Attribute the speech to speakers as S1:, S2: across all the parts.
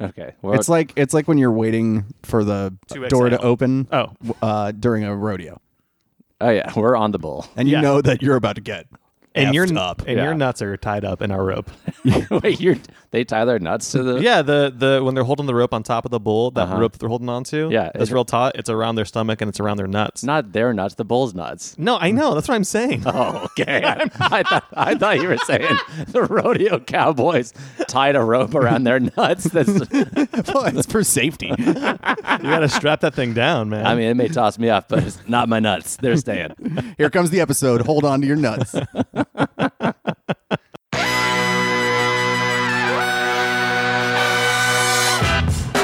S1: Okay. Well,
S2: it's like it's like when you're waiting for the
S3: 2XL.
S2: door to open
S3: Oh.
S2: uh, during a rodeo,
S1: oh yeah, we're on the bull.
S2: and you
S3: Yeah.
S2: know that you're about to get
S3: And your
S2: effed up.
S3: and
S1: Yeah.
S3: your nuts are tied up in our rope.
S1: Wait, you're they tie their nuts to the
S3: Yeah, the the when they're holding the rope on top of the bull, that
S1: Uh-huh.
S3: rope they're holding onto,
S1: Yeah,
S3: that's
S1: it-
S3: real taut. It's around their stomach and it's around their nuts.
S1: It's not their nuts, the bull's nuts.
S3: No, I know. That's what I'm saying.
S1: Oh, okay. I, I thought I thought you were saying the rodeo cowboys tied a rope around their nuts. That's
S2: well, it's for safety.
S3: you gotta strap that thing down, man.
S1: I mean, it may toss me off, but it's not my nuts. They're staying.
S2: Here comes the episode. Hold on to your nuts.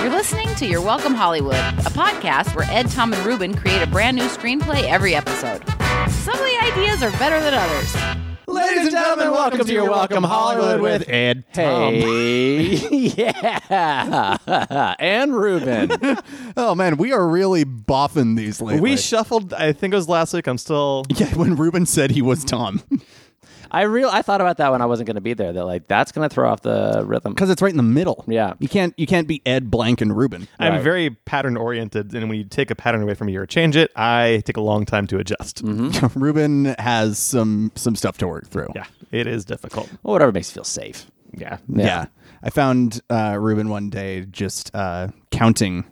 S4: You're listening to Your Welcome Hollywood, a podcast where Ed, Tom, and Ruben create a brand new screenplay every episode. Some of the ideas are better than others.
S2: Ladies and gentlemen, welcome to your Welcome Hollywood with
S3: Ed.
S1: Hey, Um, yeah, and Ruben.
S2: oh man, we are really boffing these lately.
S3: We shuffled. I think it was last week. I'm still.
S2: yeah, when Ruben said he was Tom,
S1: I real I thought about that when I wasn't going to be there. That like that's going to throw off the rhythm.
S2: because it's right in the middle.
S1: Yeah.
S2: you can't you can't be Ed Blank and Ruben.
S1: Right.
S3: I'm very pattern oriented, and when you take a pattern away from me or change it, I take a long time to adjust.
S1: Mm-hmm.
S2: Hmm? Ruben has some some stuff to work through.
S3: Yeah, it is difficult.
S1: Well, whatever makes you feel safe.
S3: Yeah.
S2: Yeah. I found uh, Ruben one day just uh, counting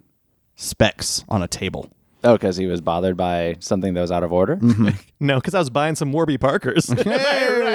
S2: specs on a table.
S1: Oh, because he was bothered by something that was out of order.
S3: No, because I was buying some Warby Parkers.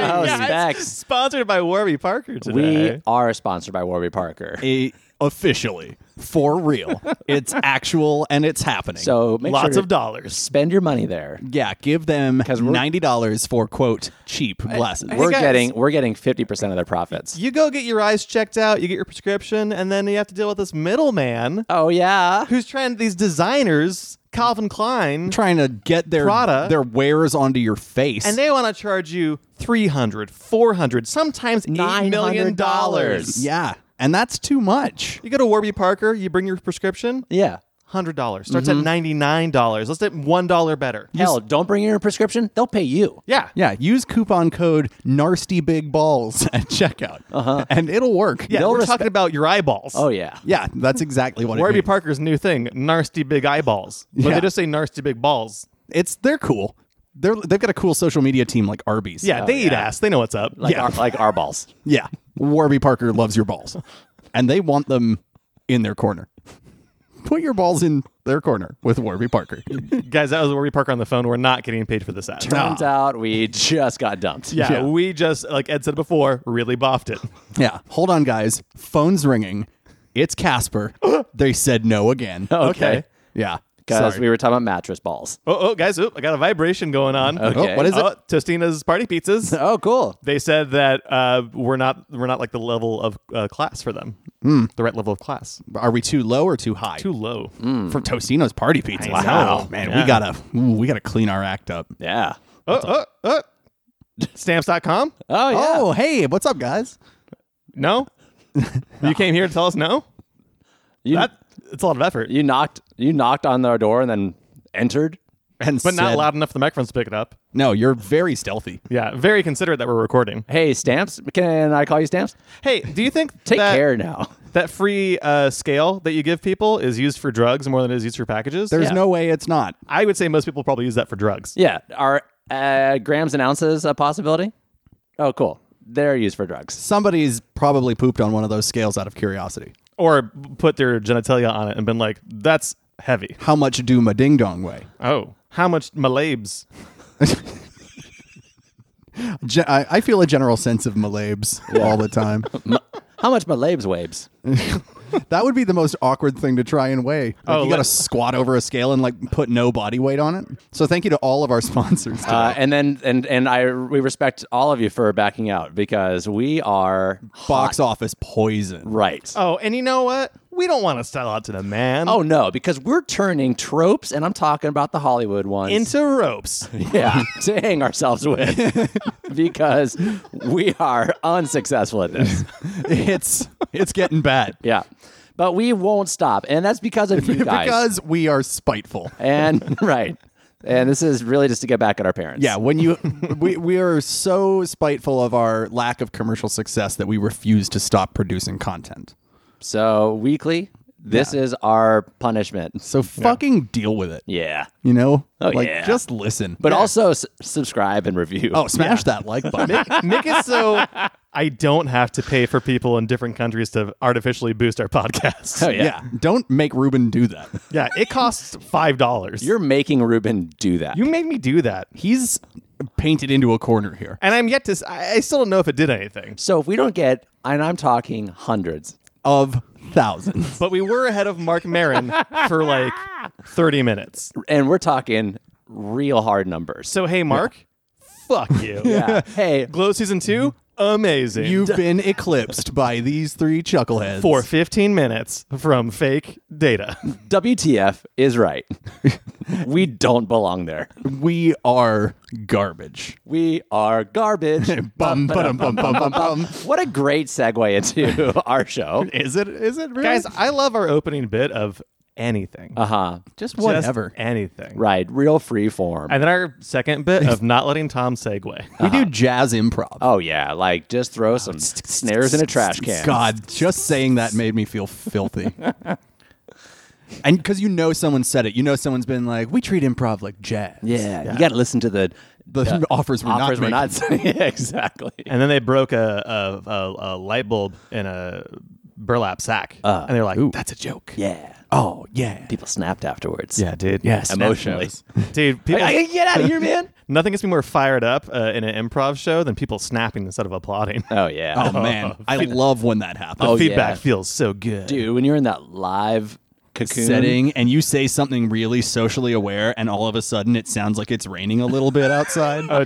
S1: Oh,
S3: Yeah, it's
S1: specs.
S3: Sponsored by Warby Parker today.
S1: We are sponsored by Warby Parker.
S2: A- officially, for real. it's actual and it's happening.
S1: So make
S3: Lots
S1: sure
S3: of
S1: to
S3: dollars.
S1: spend your money there.
S2: yeah, give them
S1: 'Cause we're-
S2: $90 for quote cheap glasses.
S1: We're
S3: guys-
S1: getting we're getting fifty percent of their profits.
S3: You go get your eyes checked out, you get your prescription, and then you have to deal with this middleman
S1: Oh yeah.
S3: who's trying these designers, Calvin Klein,
S2: trying to get their
S3: Prada.
S2: their wares onto your face.
S3: and they want to charge you 300, 400, sometimes $8 million.
S1: $900.
S2: yeah, and that's too much.
S3: You go to Warby Parker, you bring your prescription,
S1: Yeah.
S3: $100. Starts at $99. Let's do $1 better.
S1: Mm-hmm. Hell, don't bring in your prescription. They'll pay you.
S3: Yeah.
S2: Yeah, use coupon code Narsty Big Balls at checkout, uh-huh. and it'll work.
S3: Yeah,
S1: They'll
S3: we're
S1: respect-
S3: talking about your eyeballs.
S1: Oh yeah.
S2: yeah, that's exactly what it
S3: Warby
S2: means.
S3: Parker's new thing, nasty big eyeballs. But
S2: Yeah.
S3: they just say nasty big balls.
S2: it's they're cool. They're they've got a cool social media team like Arby's.
S3: Yeah, they eat ass. They know what's up.
S1: Oh, Like
S3: yeah.
S1: our, like our balls.
S2: yeah. Warby Parker loves your balls, and they want them in their corner. Put your balls in their corner with Warby Parker.
S3: Guys, that was Warby Parker on the phone. We're not getting paid for this ad.
S1: Turns out we just got dumped.
S3: Yeah,
S2: Yeah.
S3: we just, like Ed said before, really boffed it.
S2: yeah, hold on, guys. Phone's ringing. It's Casper. they said no again.
S1: Okay.
S2: Yeah,
S1: Because
S2: Sorry.
S1: we were talking about mattress balls.
S3: Oh, oh guys, oh, I got a vibration going on.
S1: Okay.
S2: Oh, what is it?
S3: Oh, Tostina's party pizzas.
S1: Oh, cool.
S3: They said that uh, we're not we're not like the level of uh, class for them,
S2: Hmm.
S3: the right level of class.
S2: Are we too low or too high?
S3: Too low.
S2: for Tostino's party pizza.
S3: I
S2: Wow,
S3: know.
S2: man, we
S3: Yeah.
S2: gotta ooh, we gotta clean our act up.
S1: Yeah.
S3: Oh, oh, oh. Stamps.com?
S1: Oh yeah.
S2: Oh, hey, what's up, guys?
S3: No, you came here to tell us no.
S1: you,
S3: That it's a lot of effort,
S1: you knocked you knocked on their door and then entered.
S2: And
S3: but not
S2: said-
S3: loud enough for the microphones to pick it up.
S2: No, you're very stealthy.
S3: Yeah, very considerate that we're recording.
S1: Hey, stamps. Can I call you stamps?
S3: Hey, do you think
S1: Take
S3: that,
S1: care now.
S3: that free uh, scale that you give people is used for drugs more than it is used for packages?
S2: There's
S1: Yeah.
S2: no way it's not.
S3: I would say most people probably use that for drugs.
S1: Yeah. Are uh, grams and ounces a possibility? Oh, cool. They're used for drugs.
S2: Somebody's probably pooped on one of those scales out of curiosity.
S3: Or put their genitalia on it and been like, that's heavy.
S2: How much do my ding dong weigh?
S3: Oh. How much malabes?
S2: Ge- I, I feel a general sense of malabes all the time.
S1: How much my labes waves?
S2: that would be the most awkward thing to try and weigh. Like
S3: Oh,
S2: you got to
S3: let-
S2: squat over a scale and like put no body weight on it. So thank you to all of our sponsors. today.
S1: Uh, and then and and I we respect all of you for backing out because we are
S2: Box office poison.
S1: right.
S3: Oh, and you know what? We don't want to sell out to the man.
S1: Oh no, because we're turning tropes, and I'm talking about the Hollywood ones,
S3: into ropes.
S1: yeah, to hang ourselves with, because we are unsuccessful at this.
S2: it's it's getting bad.
S1: Yeah, but we won't stop, and that's because of you guys.
S2: because we are spiteful.
S1: and right, and this is really just to get back at our parents.
S2: Yeah, when you we we are so spiteful of our lack of commercial success that we refuse to stop producing content.
S1: So weekly, this is our punishment.
S2: So fucking deal with it.
S1: Yeah.
S2: You know?
S1: Oh,
S2: like
S1: yeah.
S2: just listen.
S1: But also s- subscribe and review.
S2: Oh, smash that like button.
S3: Make it so I don't have to pay for people in different countries to artificially boost our podcast.
S1: Oh,
S2: yeah.
S1: yeah.
S2: Don't make Ruben do that.
S3: yeah, it costs five dollars.
S1: You're making Ruben do that.
S3: you made me do that,
S2: He's painted into a corner here.
S3: and I'm yet to. s- I, I still don't know if it did anything,
S1: so if we don't get, and I'm talking hundreds,
S2: Of thousands.
S3: but we were ahead of Mark Marin for like thirty minutes.
S1: and we're talking real hard numbers.
S3: So hey, Mark, fuck you.
S1: Yeah. hey,
S3: Glow season two, amazing.
S2: You've been eclipsed by these three chuckleheads.
S3: for 15 minutes from fake data.
S1: WTF is right. we don't belong there.
S2: We are garbage.
S1: We are garbage.
S2: Bum, ba-dum, bum, bum, bum, bum.
S1: what a great segue into our show.
S2: Is it? Is it really?
S3: Guys, I love our opening bit of anything.
S1: Uh huh.
S2: just
S3: Just
S2: whatever.
S3: anything.
S1: Right. Real free form.
S3: And then our second bit of not letting Tom segue.
S2: we do jazz improv.
S1: Uh-huh. oh, yeah. Like just throw some snares in a trash can.
S2: God, just saying that made me feel filthy. and because you know someone said it, you know someone's been like, "We treat improv like jazz."
S1: Yeah, You got to listen to the,
S2: the offers were
S1: offers we're
S2: not. making.
S1: not saying. Yeah, exactly.
S3: And then they broke a, a, a, a light bulb in a burlap sack. and they're like, that's a joke.
S1: Yeah.
S2: Oh yeah,
S1: People snapped afterwards.
S3: Yeah, dude.
S2: Yeah, snap
S1: Emotionally.
S3: shows. Dude, people,
S1: I, I, get out of here, man.
S3: nothing gets me more fired up uh, in an improv show than people snapping instead of applauding.
S1: oh, yeah.
S2: oh man, I love when that happens.
S1: Oh,
S3: Feedback
S1: yeah.
S3: feels so good.
S1: Dude, when you're in that live cocoon.
S2: Setting and you say something really socially aware, and all of a sudden it sounds like it's raining a little bit outside.
S3: Oh,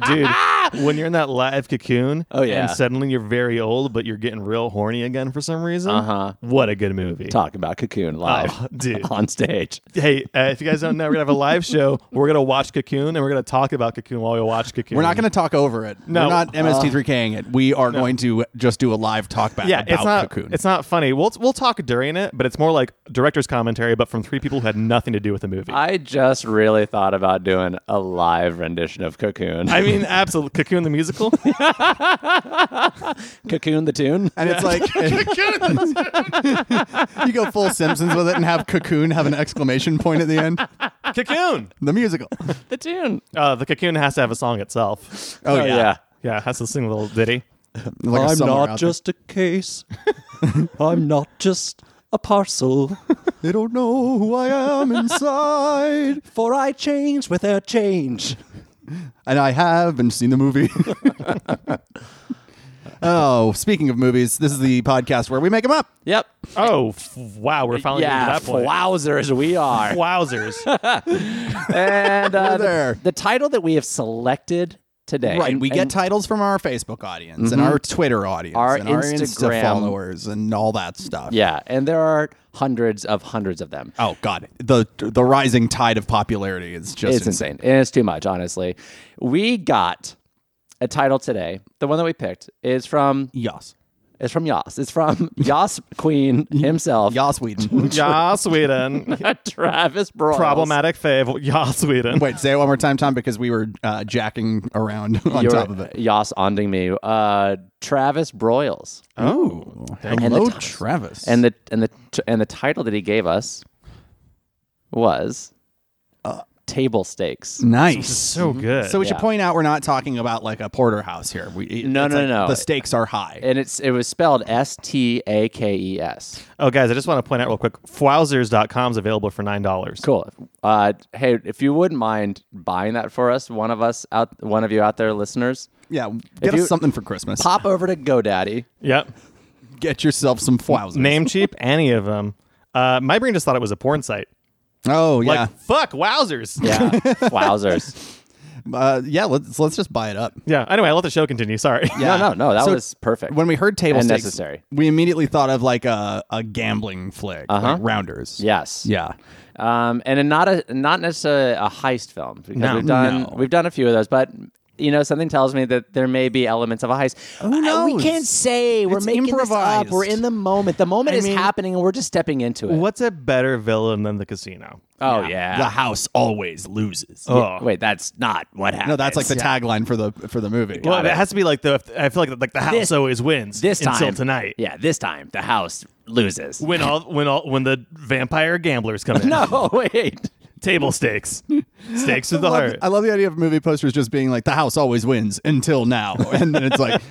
S3: dude! when you're in that live cocoon,
S1: Oh, yeah.
S3: and suddenly you're very old, but you're getting real horny again for some reason. Uh
S1: Uh-huh.
S3: What a good movie!
S1: Talk about cocoon live
S3: Oh, dude.
S1: on stage.
S3: Hey, uh, if you guys don't know, we're gonna have a live show. We're gonna watch Cocoon, and we're gonna talk about Cocoon while we watch Cocoon.
S2: We're not going to talk over it.
S3: No. Uh,
S2: We're not MST3K'ing it. We are going to just do a live talk back
S3: Yeah,
S2: about
S3: it's not.
S2: Cocoon.
S3: It's not funny. We'll we'll talk during it, but it's more like director's commentary, but from three people who had nothing to do with the movie.
S1: I just really thought about doing a live rendition of Cocoon.
S3: I mean, absolutely. Cocoon the musical.
S1: Cocoon the tune.
S2: and it's like you go full Simpsons with it and have Cocoon have an exclamation point at the end.
S3: cocoon.
S2: The musical.
S1: The tune.
S3: Uh, the Cocoon has to have a song itself.
S2: Oh, yeah.
S3: Yeah, it has to sing a little ditty.
S2: Like a
S1: I'm
S2: somewhere
S1: not
S2: out there.
S1: just a case. I'm not just a parcel.
S2: They don't know who I am inside,
S1: For I change with their change.
S2: and I haven't seen the movie. oh, speaking of movies, this is the podcast where we make them up.
S1: Yep.
S3: Oh, f- wow! We're finally
S1: yeah,
S3: getting to that point.
S1: wowzers, we are.
S3: Wowzers.
S1: and uh, the-
S2: there.
S1: The, title that we have selected today.
S2: Right,
S1: and-
S2: we get
S1: and Mm-hmm.
S2: titles from our Facebook audience and our Twitter audience
S1: Our
S2: and our Insta
S1: Instagram.
S2: followers and all that stuff.
S1: Yeah, and there are hundreds of hundreds of them.
S2: Oh God, the the rising tide of popularity is just
S1: it's insane. And it's too much, honestly. We got a title today. The one that we picked is from
S2: Yas,
S1: is from Yas. It's from Yas Queen himself,
S2: Yas Whedon.
S3: yeah, Sweden.
S1: Travis Broyles.
S3: Problematic fave. Yeah, Sweden.
S2: Wait, say it one more time, Tom, because we were uh, jacking around on
S1: You're
S2: top of it.
S1: Yas onding me. Uh, Travis Broyles.
S2: Oh, hello, Travis.
S1: And the and the and the title that he gave us was Table Stakes.
S2: nice.
S3: So Oh, good.
S2: So we should
S1: Yeah.
S2: point out we're not talking about like a porterhouse here. We, it-
S1: No,
S2: it's
S1: no,
S2: like
S1: no.
S2: The stakes are high.
S1: And it's it was spelled S T A K E S.
S3: oh, guys, I just want to point out real quick. Fwowzers.com is available for nine dollars.
S1: Cool. Uh, hey, if you wouldn't mind buying that for us, one of us out, one of you out there, listeners,
S2: yeah, get us
S1: you-
S2: something for Christmas.
S1: pop over to GoDaddy.
S3: Yep.
S2: Get yourself some flowers.
S3: Name cheap. Any of them. Uh, my brain just thought it was a porn site.
S2: Oh yeah,
S3: Like fuck, wowzers.
S1: Yeah, Ah, wowzers.
S2: uh, yeah. Let's let's just buy it up.
S3: Yeah. Anyway, I'll let the show continue. Sorry.
S1: No,
S2: Yeah.
S1: no, no. That
S2: So
S1: was perfect.
S2: When we heard table
S1: And
S2: stakes,
S1: necessary.
S2: we immediately thought of like a, a gambling flick,
S1: Uh-huh.
S2: like rounders.
S1: yes,
S2: Yeah.
S1: um, and in not a not necessarily a heist film because
S3: No.
S1: we've done
S2: No.
S1: we've done a few of those, but you know, something tells me that there may be elements of a heist. Who we
S2: knows?
S1: can't say. We're
S2: It's
S1: making this up.
S2: improvised.
S1: We're in the moment. The moment
S3: I
S1: is
S3: mean-
S1: happening, and we're just stepping into it.
S3: What's a better villain than the casino?
S1: Oh yeah.
S2: The house always loses.
S3: Oh.
S1: Wait, that's not what happened.
S2: No, that's like the tagline for the for the movie.
S3: Well, it. has to be like the. I feel like like the house
S1: This-
S3: always wins
S1: this time
S3: until tonight.
S1: Yeah, this time the house loses.
S3: When all when all when the vampire gamblers come in.
S1: no, wait.
S3: table stakes, stakes to
S2: I
S3: the
S2: love-
S3: heart.
S2: I love the idea of movie posters just being like the house always wins until now, and then it's like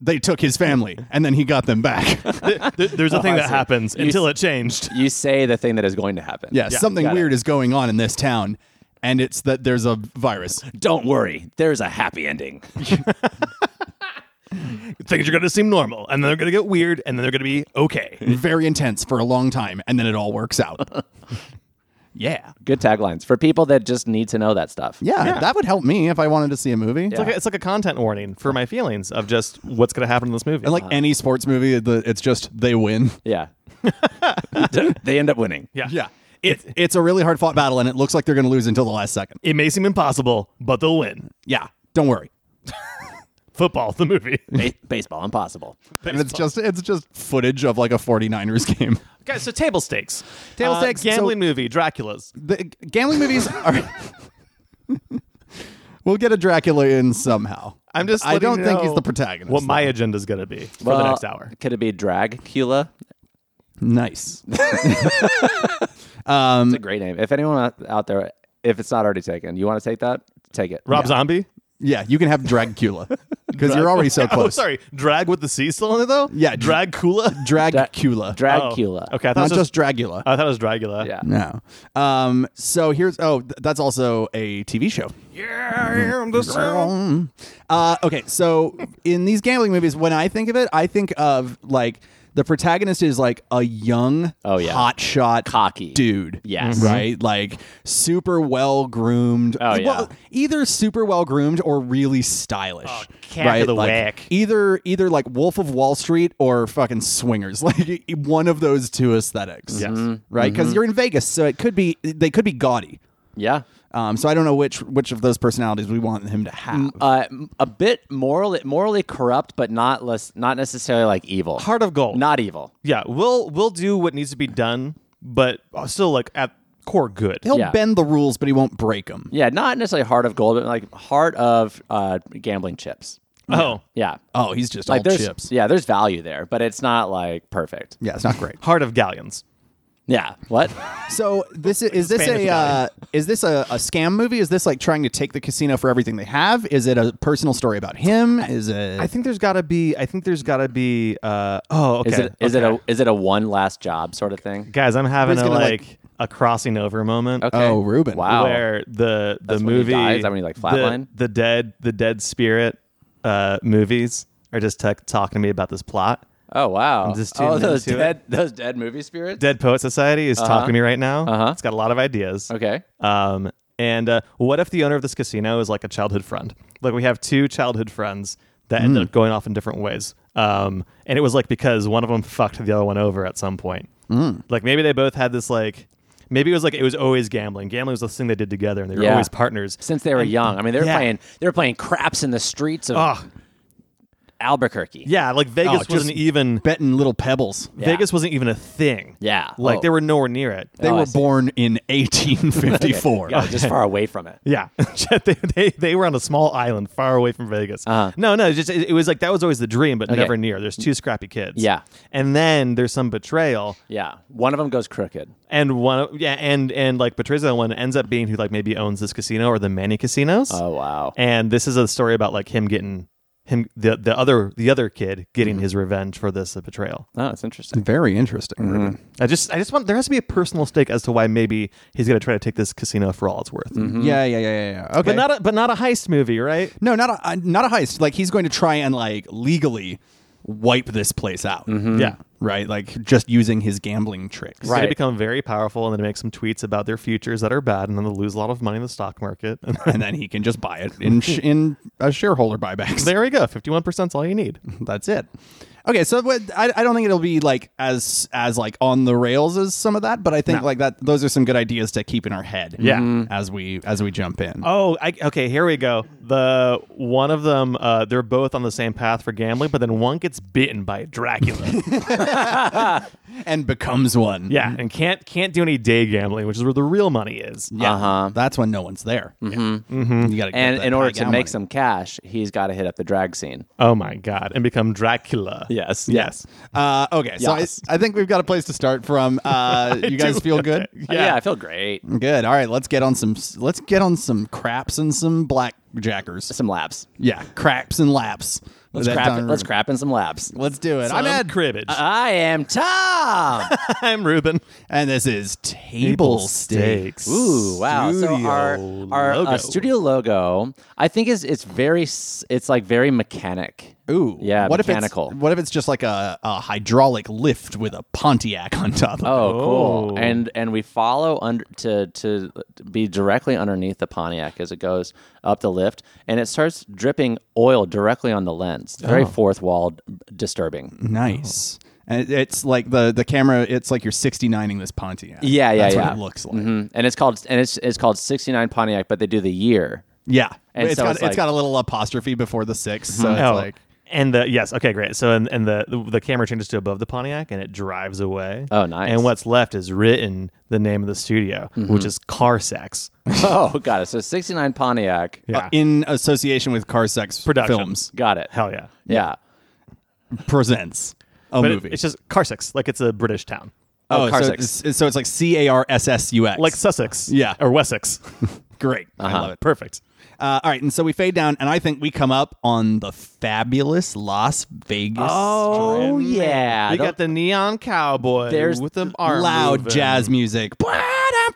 S2: they took his family and then he got them back.
S3: Th- th- There's a thing
S1: I
S3: that
S1: see.
S3: happens
S1: You
S3: until
S1: s-
S3: it changed.
S1: You say the thing that is going to happen.
S2: Yeah, something
S1: got
S2: weird is going on in this town, and it's that there's a virus.
S1: Don't worry. There's a happy ending.
S3: Things are going to seem normal, and then they're going to get weird, and then they're going to be okay.
S2: Very intense for a long time, and then it all works out. yeah.
S1: Good taglines for people that just need to know that stuff.
S2: yeah, that would help me if I wanted to see a movie.
S1: Yeah.
S3: It's like, a, it's like a content warning for my feelings of just what's going to happen in this movie.
S2: And like any sports movie, the, it's just they win.
S1: Yeah. they end up winning.
S3: yeah,
S2: It, it's a really hard fought battle, and it looks like they're going to lose until the last second.
S3: It may seem impossible, but they'll win.
S2: Yeah, don't worry.
S3: Football, the movie.
S1: Ba- baseball impossible.
S2: And it's just it's just footage of like a 49ers game.
S3: Guys, so table stakes, table
S2: Uh,
S3: stakes,
S2: so-
S3: gambling movie, Dracula's.
S2: The gambling movies are. we'll get a Dracula in somehow.
S3: I'm just.
S2: I
S3: letting
S2: don't
S3: you
S2: think he's
S3: know
S2: the protagonist.
S3: What my
S2: though.
S3: agenda's going to be for the
S1: Well,
S3: next hour.
S1: Could it be Dragcula?
S2: nice.
S1: It's a great name. If anyone out- out there, if it's not already taken, you want to take that? Take it.
S3: Rob Zombie.
S2: Yeah, you can have Dracula because you're already so
S3: Oh,
S2: close.
S3: sorry. Drag with the C still in it though.
S2: Yeah, dr-
S3: Dracula.
S2: Dracula.
S3: Oh,
S1: Dragcula.
S3: Okay, I thought, it
S2: Not
S3: was
S2: just, Dracula.
S3: I thought it was Dragula.
S1: Yeah.
S2: no. Um. So here's. Oh, th- that's also a TV show.
S3: Yeah, I'm the sound.
S2: Uh, okay, so in these gambling movies, when I think of it, I think of like the protagonist is like a young,
S1: Oh, yeah.
S2: hot shot,
S1: Cocky.
S2: dude.
S1: Yes.
S2: right, like super well groomed.
S1: Oh, yeah. Oh,
S2: either super well groomed or really stylish.
S3: cat of the
S2: like,
S3: whack.
S2: Either either like Wolf of Wall Street or fucking swingers. Like one of those two aesthetics.
S3: Yes.
S1: Mm-hmm.
S3: Mhm.
S2: right, because you're in Vegas, so it could be they could be gaudy.
S1: Yeah.
S2: Um, so I don't know which which of those personalities we want him to have.
S1: Uh, m- a bit morally morally corrupt, but not less, not necessarily like evil.
S3: Heart of gold.
S1: Not evil.
S3: Yeah, we'll we'll do what needs to be done, but still like at core good.
S2: He'll
S1: Yeah.
S2: bend the rules, but he won't break them.
S1: Yeah, not necessarily heart of gold, but like heart of uh, gambling chips.
S3: Oh,
S1: Yeah.
S2: Oh, he's just
S1: Like
S2: all
S1: there's
S2: chips.
S1: yeah, there's value there, but it's not like perfect.
S2: Yeah, it's not great.
S3: heart of galleons.
S1: Yeah. What?
S2: So this is, is this
S3: Spanish
S2: a uh, is this a, a scam movie? Is this like trying to take the casino for everything they have? Is it a personal story about him? Is it?
S3: I think there's got to be. I think there's got to be. Uh, oh, okay.
S1: Is it is it a is it a one last job sort of thing?
S3: guys? I'm having a
S2: Who's
S3: like,
S2: gonna,
S3: a crossing over moment.
S1: Okay.
S2: Oh, Ruben.
S1: Wow.
S3: Where the the
S1: That's when he
S3: movie
S1: dies? Is that when he, like,
S3: the-
S1: flatline?
S3: the, dead the dead spirit uh, movies are just tech talking to me about this plot.
S1: Oh wow.
S3: just
S1: oh,
S3: tuning
S1: those
S3: into it.
S1: dead those dead movie spirits.
S3: Dead Poet Society is talking to me right now.
S1: Uh-huh.
S3: It's got a lot of ideas.
S1: Okay.
S3: Um, and uh, what if the owner of this casino is like a childhood friend? Like we have two childhood friends that
S1: Hmm.
S3: ended up going off in different ways. Um, and it was like because one of them fucked the other one over at some point.
S1: Hmm.
S3: Like maybe they both had this like. Maybe it was like it was always gambling. Gambling was this thing they did together, and they were
S1: Yeah.
S3: always partners.
S1: Since they were young, I mean, they were
S3: Yeah.
S1: playing they were playing craps in the streets of
S3: Ugh.
S1: Albuquerque.
S3: Yeah, like
S2: Oh,
S3: Vegas
S2: just
S3: wasn't even
S2: betting little pebbles.
S3: Vegas wasn't even a thing.
S1: Yeah.
S3: like
S1: Oh.
S3: they were nowhere near it.
S2: They
S1: Oh, I
S2: were
S1: see.
S2: born in 1854.
S1: Yeah, just far away from it.
S3: Yeah, they, they they were on a small island far away from Vegas.
S1: Uh-huh.
S3: No, no, it's just it, it was like that was always the dream, but
S1: Okay.
S3: never near. There's two scrappy kids.
S1: Yeah.
S3: and then there's some betrayal,
S1: Yeah. One of them goes crooked.
S3: and one of- yeah, and and like betrays the other one ends up being who like maybe owns this casino or the many casinos.
S1: Oh wow.
S3: And this is a story about like him getting him the the other the other kid getting
S1: Mm-hmm.
S3: his revenge for this uh, betrayal.
S1: Oh, that's interesting.
S2: Very interesting. Ruben.
S3: I just I just want there has to be a personal stake as to why maybe he's gonna try to take this casino for all it's worth.
S1: Mm-hmm.
S2: Yeah, yeah, yeah, yeah, yeah. Okay.
S3: But not a, but not a heist movie, right?
S2: no, not a uh, not a heist. Like he's going to try and like legally wipe this place out.
S1: Mm-hmm.
S3: Yeah.
S2: Right. Like just using his gambling tricks.
S3: They
S1: Right.
S3: become very powerful and then make some tweets about their futures that are bad and then they lose a lot of money in the stock market. And
S2: and then he can just buy it in sh- in a shareholder buybacks.
S3: there we go. 51% is all you need.
S2: That's it. Okay, so what- I, I don't think it'll be like as as like on the rails as some of that, but I think like that those are some good ideas to keep in our head.
S3: Yeah. Mhm.
S1: Mm-hmm.
S2: as we as we jump in.
S3: Oh, I, okay. Here we go. The one of them, uh, they're both on the same path for gambling, but then one gets bitten by Dracula.
S2: and becomes one.
S3: yeah, and can't can't do any day gambling, which is where the real money is. Uh,
S2: yeah.
S1: Uh-huh. Mm-hmm.
S2: That's when no one's there.
S3: Mm-hmm.
S2: You gotta get
S1: And
S2: that
S1: in order
S2: pie
S1: to
S2: gown
S1: make
S2: money.
S1: some cash, he's got to hit up the drag scene.
S3: Oh my god, and become Dracula.
S1: Yes.
S3: Yes.
S2: Uh, okay, so
S1: Yes.
S2: I, I think we've got a place to start from. Uh, you guys feel good?
S1: Uh, Yeah.
S3: Yeah.
S1: I feel great.
S2: Good. All right, let's get on some. Let's get on some craps and some blackjackers.
S1: Some laps.
S2: Yeah, craps and laps.
S1: Let's
S2: That
S1: crap.
S2: done-
S1: Let's crap in some laps.
S2: Let's do it.
S3: I'm
S2: I'm
S3: at
S2: Ed,
S3: cribbage.
S1: I am Tom.
S3: I'm Ruben.
S2: and this is table stakes.
S1: Ooh, wow! so our
S3: Studio
S1: our
S3: logo.
S1: Uh, studio logo, I think is it's very s- it's like very mechanic.
S2: Ooh,
S1: yeah,
S2: What
S1: mechanical.
S2: if it's what if it's just like a, a hydraulic lift with a Pontiac on top? Of
S1: Oh,
S3: Oh.
S1: cool! And and we follow under to to be directly underneath the Pontiac as it goes up the lift, and it starts dripping oil directly on the lens. It's
S3: Oh.
S1: Very fourth wall d-
S3: Mm-hmm.
S1: disturbing.
S2: it? Nice. And it, it's like the the camera. It's like you're 69ing this Pontiac.
S1: Yeah, yeah,
S2: That's
S1: yeah.
S2: what it looks like.
S1: Mhm. And it's called and it's it's called sixty nine Pontiac, but they do the year.
S2: Yeah,
S1: And
S2: it's
S1: so
S2: got
S1: it's
S2: it's
S1: like- Mm-hmm.
S2: got a little apostrophe before the six, so it's
S3: Oh,
S2: like
S3: and the yes, okay, great. So and and the the camera changes to above the Pontiac and it drives away.
S1: Oh, nice.
S3: And what's left is written the name of the studio,
S2: Mm-hmm.
S3: which is Car Sex
S1: oh, got it. So sixty nine Pontiac.
S3: Yeah.
S2: uh, in association with car sex
S3: Production.
S2: films
S1: Got it.
S3: Hell yeah.
S1: yeah.
S2: presents a
S3: But it-
S2: movie.
S3: it's just Car Sex, like it's a British town,
S1: Oh, car
S2: so
S1: sex.
S2: It's, so it's like C A R S S U X.
S3: like Sussex,
S2: Yeah.
S3: or Wessex.
S2: great,
S1: Uh-huh.
S2: I love it.
S3: Perfect.
S2: Uh, all right, and so we fade down, and I think we come up on the fabulous Las Vegas.
S1: Oh
S2: Strip.
S1: yeah.
S3: we
S1: Those-
S3: got the neon cowboy
S1: There's
S3: with the arm
S2: loud
S3: moving.
S2: jazz music.
S1: Oh,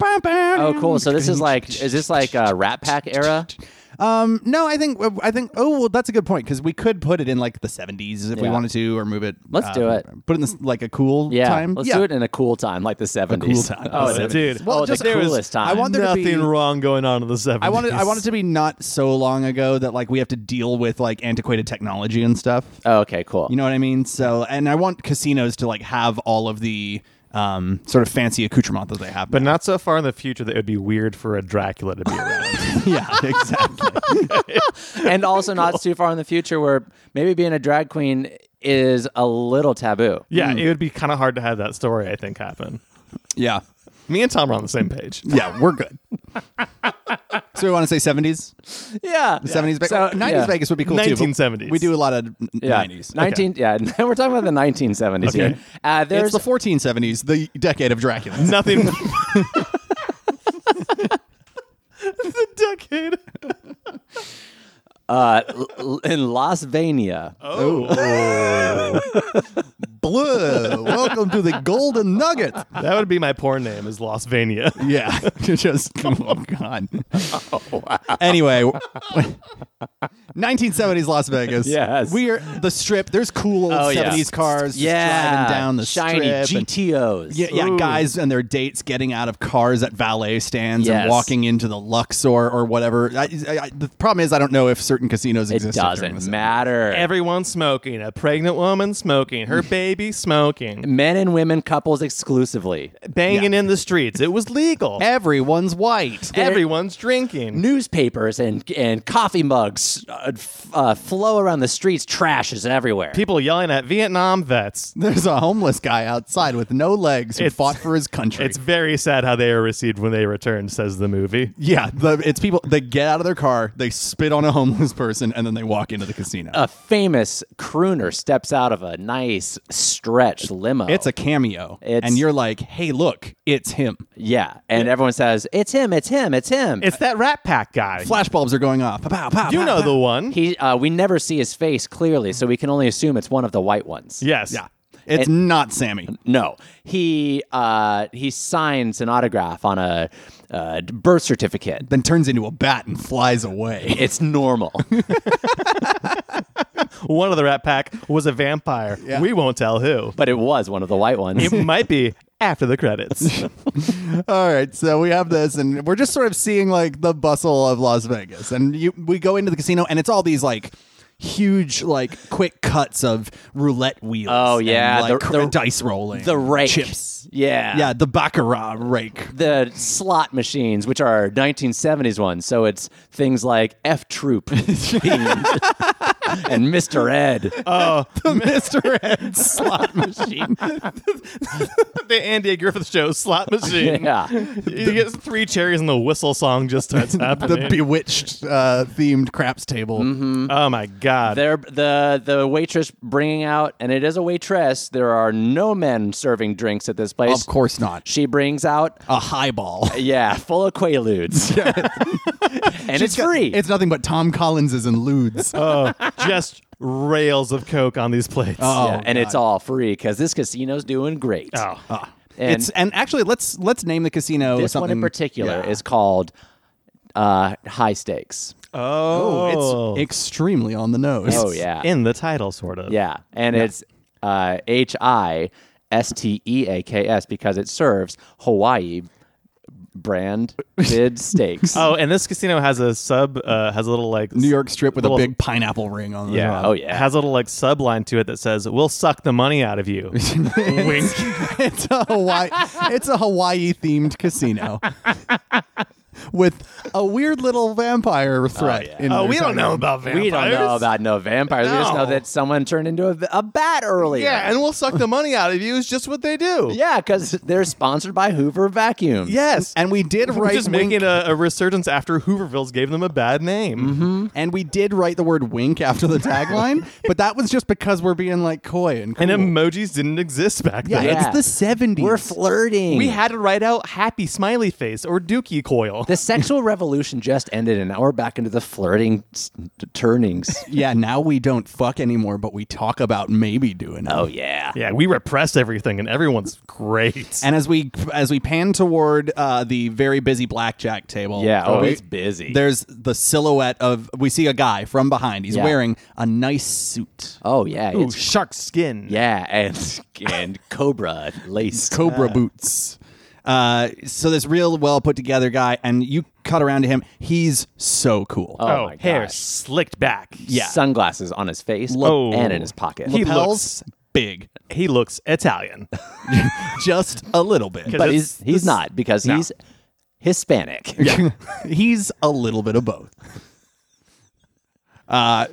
S2: Oh,
S1: cool. So this is like, is this like a Rat Pack era?
S2: Um, no, I think I think. Oh, well, that's a good point because we could put it in like the '70s if we
S1: Yeah.
S2: wanted to, or move it. um,
S1: Let's do it.
S2: Put it in this, like a cool
S1: Yeah.
S2: time.
S1: Let's
S2: Yeah.
S1: do it in a cool time, like the 70s.
S2: cool time.
S1: Oh,
S2: Oh,
S1: the
S3: dude.
S1: 70s.
S3: Well,
S1: oh,
S2: just
S1: the
S2: there was-
S1: coolest time.
S2: I want there to
S3: Nothing
S2: be-
S3: wrong going on in the seventies.
S2: I wanted I wanted to be not so long ago that like we have to deal with like antiquated technology and stuff.
S1: Oh, okay, cool.
S2: You know what I mean? So, and I want casinos to like have all of the um, sort of fancy accoutrement that they have.
S3: but not so far in the future that it would be weird for a Dracula to be around.
S2: yeah, exactly.
S1: and also not too far in the future where maybe being a drag queen is a little taboo.
S3: yeah, it would be kind of hard to have that story. I think happen.
S2: yeah,
S3: Me and Tom are on the same page.
S2: yeah, we're good. so we want to say seventies,
S1: Yeah.
S2: seventies Vegas, Oh,
S1: So,
S2: nineties
S1: yeah.
S2: Vegas would be cool too. but
S3: 1970s.
S2: We do a lot of
S1: Yeah.
S2: nineties.
S1: 19 Yeah. We're talking about the 1970s
S3: Okay.
S1: here. Uh,
S2: It's
S1: there's
S2: the fourteen seventies, the decade of Dracula.
S3: Nothing. the decade.
S1: uh, l- l- in Las Vegas.
S2: Oh. Blue. Welcome to the Golden Nugget.
S3: That would be my porn name is Las Vania.
S2: Yeah, just oh god. Anyway, 1970s Las Vegas.
S1: Yes.
S2: we are the strip. There's cool old
S1: Oh, yeah.
S2: 70s cars. just
S1: Yeah.
S2: driving down the
S1: shiny
S2: strip and-
S1: GTOs.
S2: yeah, yeah,
S3: Ooh.
S2: guys and their dates getting out of cars at valet stands and
S1: Yes.
S2: walking into the Luxor or whatever. I, I, I- the problem is, I don't know if certain casinos
S1: It
S2: exist.
S1: doesn't matter.
S3: Everyone smoking. A pregnant woman smoking. Her baby smoking.
S1: Men and women couples exclusively.
S3: Banging in the streets. It was legal.
S2: Everyone's white.
S3: Everyone's drinking.
S1: newspapers and and coffee mugs uh, f- uh, flow around the streets. Trash is everywhere.
S3: People yelling at Vietnam vets.
S2: There's a homeless guy outside with no legs who
S3: It's-
S2: fought for his country.
S3: It's very sad how they are received when they return, says the movie.
S2: Yeah, the, it's people. They get out of their car, they spit on a homeless person, and then they walk into the casino.
S1: a famous crooner steps out of a nice stretched limo.
S2: it's a cameo,
S1: It's-
S2: and you're like, "Hey, look, it's him."
S1: yeah, and everyone says it's him, it's him, it's him.
S3: It's that Rat Pack guy.
S2: Flashbulbs are going off. Pow, pow, pow,
S3: you
S2: pow,
S3: know
S2: pow.
S3: the one.
S1: he. Uh, we never see his face clearly, so we can only assume it's one of the white ones.
S3: yes.
S2: Yeah, it's not Sammy.
S1: No, he uh, he signs an autograph on a uh, birth certificate.
S2: Then turns into a bat and flies away.
S1: It's normal.
S3: One of the Rat Pack was a vampire.
S2: Yeah.
S3: We won't tell who.
S1: but it was one of the white ones.
S3: It might be after the credits.
S2: All right, so we have this, and we're just sort of seeing like the bustle of Las Vegas, and you, we go into the casino, and it's all these like huge like quick cuts of roulette wheels.
S1: Oh, yeah,
S2: and, like,
S1: the-
S2: cr-
S1: the-
S2: dice rolling,
S1: the rake.
S2: chips.
S1: Yeah.
S2: yeah, the baccarat rake.
S1: the slot machines, which are 1970s ones. So it's things like F Troop themed and Mr. Ed.
S2: the Mr. Ed slot machine.
S3: the Andy Griffith Show slot machine.
S1: Yeah.
S3: You get three cherries and the whistle song just starts
S2: the
S3: happening.
S2: bewitched uh, themed craps table.
S1: Mm-hmm.
S3: oh my god.
S1: They're, the the waitress bringing out, and it is a waitress. There are no men serving drinks at this place.
S2: Of course not.
S1: she brings out,
S2: A highball.
S1: yeah, full of quaaludes, and it's free.
S2: It's nothing but Tom Collinses and lewds.
S3: oh, just rails of coke on these plates.
S2: Oh,
S1: yeah, and it's all free because this casino's doing great. and
S3: Oh.
S2: Ah. it's and actually let's let's name the casino
S1: this one
S2: something
S1: in particular
S2: Yeah.
S1: is called uh, High Stakes.
S3: oh,
S2: it's extremely on the nose.
S1: Oh yeah,
S3: in the title, sort of.
S1: Yeah, and it's uh, H I S T E A K S because it serves Hawaii brand bid steaks.
S3: Oh, and this casino has a sub, uh, has a little like
S2: New York strip with a
S3: Little-
S2: big pineapple ring on the
S3: Yeah.
S2: top.
S1: Oh, yeah.
S3: Has a little like subline to it that says, "We'll suck the money out of you." Wink.
S2: it's a Hawaii it's a Hawaii themed casino. With a weird little vampire threat. in
S3: Oh,
S2: there
S3: we don't
S2: somewhere.
S3: know about vampires.
S1: we don't know about no vampires. We just know
S3: No.
S1: that someone turned into a, a bat earlier.
S3: Yeah, and we'll suck the money out of you is just what they do.
S1: yeah, because they're sponsored by Hoover Vacuum.
S2: Yes, and we did
S3: We're
S2: write
S3: just
S2: wink,
S3: making a, a resurgence after Hoovervilles gave them a bad name.
S1: Mm-hmm.
S2: and we did write the word wink after the tagline, but that was just because we're being like coy and cool.
S3: And emojis didn't exist back
S2: yeah,
S3: then.
S1: Yeah.
S2: it's the 70s.
S1: We're flirting.
S3: We had to write out happy smiley face or dookie coil.
S1: the sexual revolution just ended, and now we're back into the flirting s- turnings.
S2: yeah, now we don't fuck anymore, but we talk about maybe doing it.
S1: oh yeah.
S3: yeah, we repressed everything and everyone's great.
S2: And as we as we pan toward uh, the very busy blackjack table,
S1: Yeah, oh,
S2: we-
S1: it's busy.
S2: There's the silhouette of we see a guy from behind. He's
S1: Yeah.
S2: wearing a nice suit,
S1: Oh yeah.
S3: Ooh,
S1: It's,
S3: shark skin.
S1: yeah, and and cobra laced.
S2: cobra boots. Uh, so this real well put together guy, and you cut around to him. He's so cool.
S1: Oh,
S3: Oh,
S1: my
S3: hair
S1: gosh.
S3: slicked back.
S2: Yeah. Oh.
S1: sunglasses on his face
S3: Lo-
S1: and in his pocket.
S3: He
S2: Lapels big,
S3: He looks Italian.
S2: just a little bit.
S1: but
S3: this-
S1: he's he's
S3: this-
S1: not because he's Hispanic.
S2: he's a little bit of both. Uh,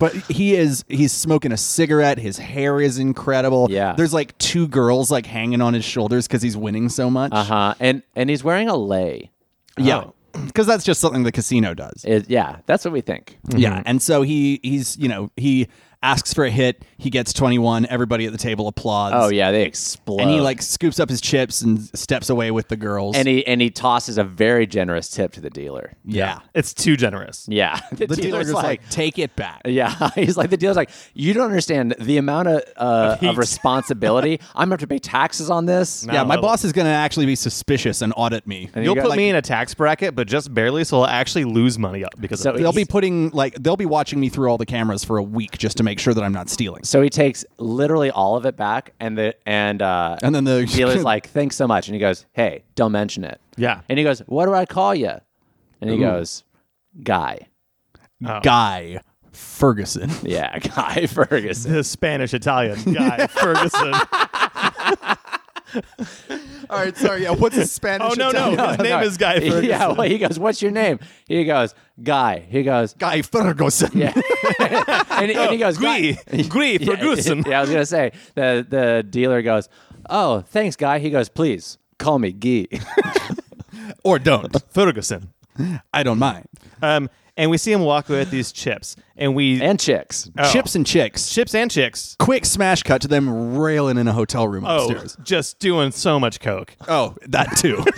S2: but he is he's smoking a cigarette. His hair is incredible.
S1: Yeah.
S2: there's like two girls like hanging on his shoulders because he's winning so much.
S1: Uh huh. And and he's wearing a lei.
S2: Yeah, because that's just something the casino does.
S1: Oh. It- Mm-hmm. yeah, that's what we think.
S2: Yeah, and so he he's you know he asks for a hit. He gets twenty one. Everybody at the table applauds.
S1: Oh yeah, they explode.
S2: and he like scoops up his chips and steps away with the girls.
S1: and he and he tosses a very generous tip to the dealer.
S2: yeah.
S3: It's too generous.
S1: Yeah,
S2: The dealer's like, take it back.
S1: Yeah, he's like the dealer's like, you don't understand the amount of uh,
S3: Heat.
S1: of responsibility. I'm gonna have to pay taxes on this.
S2: Yeah,
S3: No,
S2: my
S3: I-
S2: boss is going to actually be suspicious and audit me.
S1: And
S3: You'll
S1: you got,
S3: put
S1: like-
S3: me in a tax bracket, but just barely, so I'll actually lose money up because
S1: So
S3: of
S1: it-
S2: They'll be putting like they'll be watching me through all the cameras for a week just to make sure that I'm not stealing.
S1: So he takes literally all of it back, and the and uh,
S2: And then the
S1: dealer's like, "Thanks so much," and he goes, "Hey, don't mention it."
S3: Yeah.
S1: and he goes, "What do I call you?" And he goes, "Guy."
S2: guy Ferguson.
S1: Yeah, Guy Ferguson.
S3: the Spanish Italian guy, Ferguson.
S2: all right, sorry. Yeah, what's his Spanish?
S3: Oh, no, no. His name is Guy
S1: Yeah,
S3: Ferguson.
S1: well, he goes, "What's your name?" He goes, "Guy." He goes,
S2: Guy Ferguson. Yeah.
S1: and, and he goes,
S3: Gui,
S1: "Guy."
S3: Gui
S1: Yeah,
S3: Oh, Ferguson.
S1: Yeah, I was gonna say the the dealer goes, "Oh, thanks, Guy." He goes, "Please call me Guy."
S2: Or don't.
S3: Ferguson.
S2: I don't mind.
S3: Um, and we see him walk away with these chips, and we
S1: and chicks.
S3: Oh.
S2: Chips and chicks.
S3: chips and chicks.
S2: Quick smash cut to them railing in a hotel room
S3: Oh,
S2: upstairs.
S3: just doing so much coke.
S2: Oh, that too.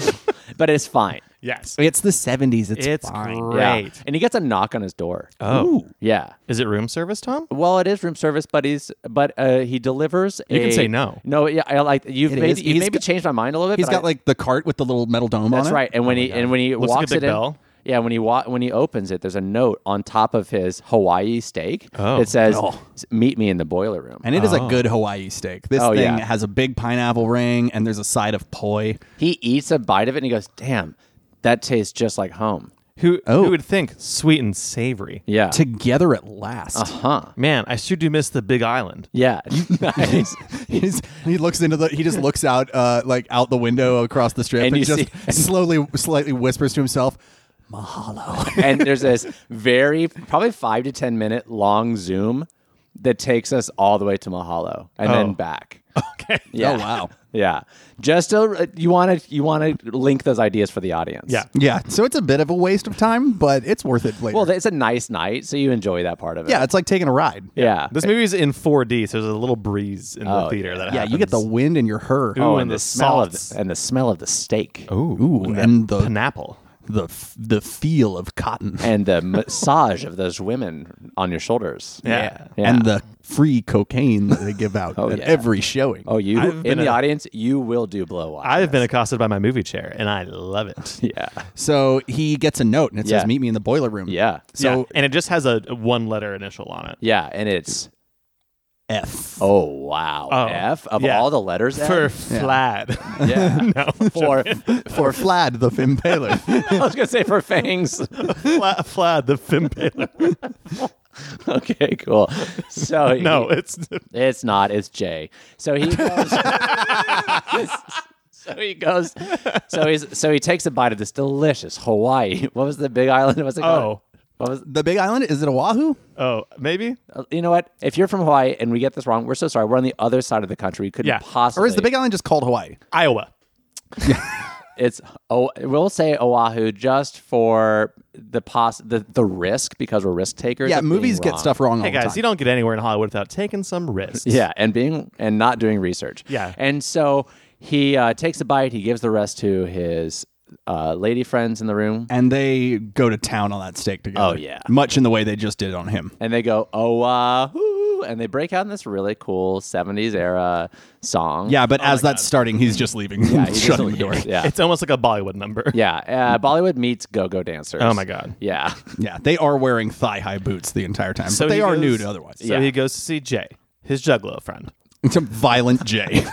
S1: But it's fine.
S3: Yes,
S2: it's the 70s. It's,
S3: it's
S2: fine.
S1: Yeah.
S3: great.
S1: And he gets a knock on his door.
S3: Oh,
S1: Yeah.
S3: is it room service, Tom?
S1: Well, it is room service, but he's but uh, he delivers.
S3: You can
S1: a-
S3: say no.
S1: No, yeah, I like you've
S2: It is.
S1: maybe, you
S2: He's
S1: maybe
S2: got-
S1: changed my mind a little bit.
S2: He's
S1: but
S2: got
S1: I-
S2: like the cart with the little metal dome on it.
S1: that's right. And when he and when he
S3: Oh Looks like a
S1: walks
S3: big
S1: it in,
S3: bell.
S1: yeah, when he wa- when he opens it, there's a note on top of his Hawaii steak.
S3: Oh.
S1: it says, "Meet me in the boiler room."
S2: And it is a good Hawaii steak. This
S1: Oh,
S2: thing
S1: yeah.
S2: has a big pineapple ring and there's a side of poi.
S1: he eats a bite of it and he goes, "Damn, that tastes just like home."
S3: Who
S2: Oh.
S3: who would think sweet and savory?
S1: Yeah. Uh-huh.
S2: Together at last.
S1: huh.
S3: Man, I sure do miss the Big Island.
S1: Yeah. nice.
S2: He's, he looks into the. He just looks out, uh, like out the window across the strip,
S1: And
S2: and,
S1: you
S2: just
S1: see-
S2: slowly, slightly whispers to himself,
S1: and there's this very probably five to ten minute long zoom that takes us all the way to Mahalo and
S3: Oh.
S1: then back.
S3: Okay.
S1: Yeah.
S2: "Oh wow,
S1: Yeah. Just to, you want to you want to link those ideas for the audience.
S3: Yeah.
S2: yeah." So it's a bit of a waste of time, but it's worth it later.
S1: Well, it's a nice night, so you enjoy that part of it.
S2: yeah, it's like taking a ride.
S1: Yeah.
S3: This movie's in 4D, so there's a little breeze in the
S1: Oh,
S3: theater. That
S2: Yeah, you get the
S3: happens.
S2: wind in your her.
S3: Ooh,
S1: oh,
S3: and
S1: and
S3: the
S1: the smell of
S3: salts.
S1: the, and the smell of the steak
S2: Ooh, and the
S3: pineapple.
S2: the f- the feel of cotton
S1: and the massage of those women on your shoulders.
S3: Yeah.
S1: Yeah.
S2: and the free cocaine that they give out at
S1: yeah.
S2: every showing.
S1: Oh, you
S3: I've
S1: in
S3: been
S1: the
S3: a-
S1: audience, you will do blow watch.
S3: I've been accosted by my movie chair, and I love it.
S1: yeah.
S2: So he gets a note and it
S1: Yeah.
S2: says, "Meet me in the boiler room."
S1: Yeah.
S3: So
S2: So
S3: and it just has a a one letter initial on it.
S1: Yeah, and it's
S2: F.
S1: oh wow.
S3: Oh,
S1: F of
S3: yeah.
S1: all the letters F?
S3: For Flad.
S1: yeah.
S3: no.
S1: for
S2: for Flad the Impaler.
S1: I was gonna say for fangs.
S3: Flad, Flad the Fimpaler.
S1: Okay, cool. So he-
S3: No, it's
S1: it's not. It's Jay. So he goes. so he goes. So he's so he takes a bite of this delicious Hawaii. What was the Big Island? What's it called?
S3: oh.
S1: What was
S2: the Big Island is it Oahu?
S3: Oh, maybe?
S1: uh, you know what? If you're from Hawaii and we get this wrong, we're so sorry. We're on the other side of the country. We couldn't
S3: Yeah. Or is
S1: possibly.
S2: Or is the Big Island just called Hawaii?
S3: Iowa.
S1: It's oh, we'll say Oahu just for the pos the, the risk because we're risk takers.
S2: Yeah,
S1: of being
S2: movies get
S1: wrong.
S2: stuff wrong all
S3: Hey
S2: the
S3: guys,
S2: time.
S3: you don't get anywhere in Hollywood without taking some risks.
S1: Yeah, and being and not doing research.
S3: Yeah.
S1: and so he uh, takes a bite. He gives the rest to his uh, lady friends in the room,
S2: and they go to town on that steak together.
S1: Oh, yeah.
S2: much in the way they just did on him.
S1: and they go Oahu, and they break out in this really cool '70s era song.
S2: Yeah,
S3: Oh
S2: but as that's starting, he's just leaving,
S1: He just-
S2: shutting the door.
S1: Yeah,
S3: It's almost like a Bollywood number.
S1: yeah. Uh, Bollywood meets go-go dancers.
S3: Oh my God.
S1: Yeah,
S2: Yeah, they are wearing thigh high boots the entire time,
S3: So
S2: but they
S3: he
S2: are
S3: goes-
S2: nude otherwise.
S3: So
S1: Yeah.
S3: he goes to see Jay, his juggalo friend.
S2: It's a violent J.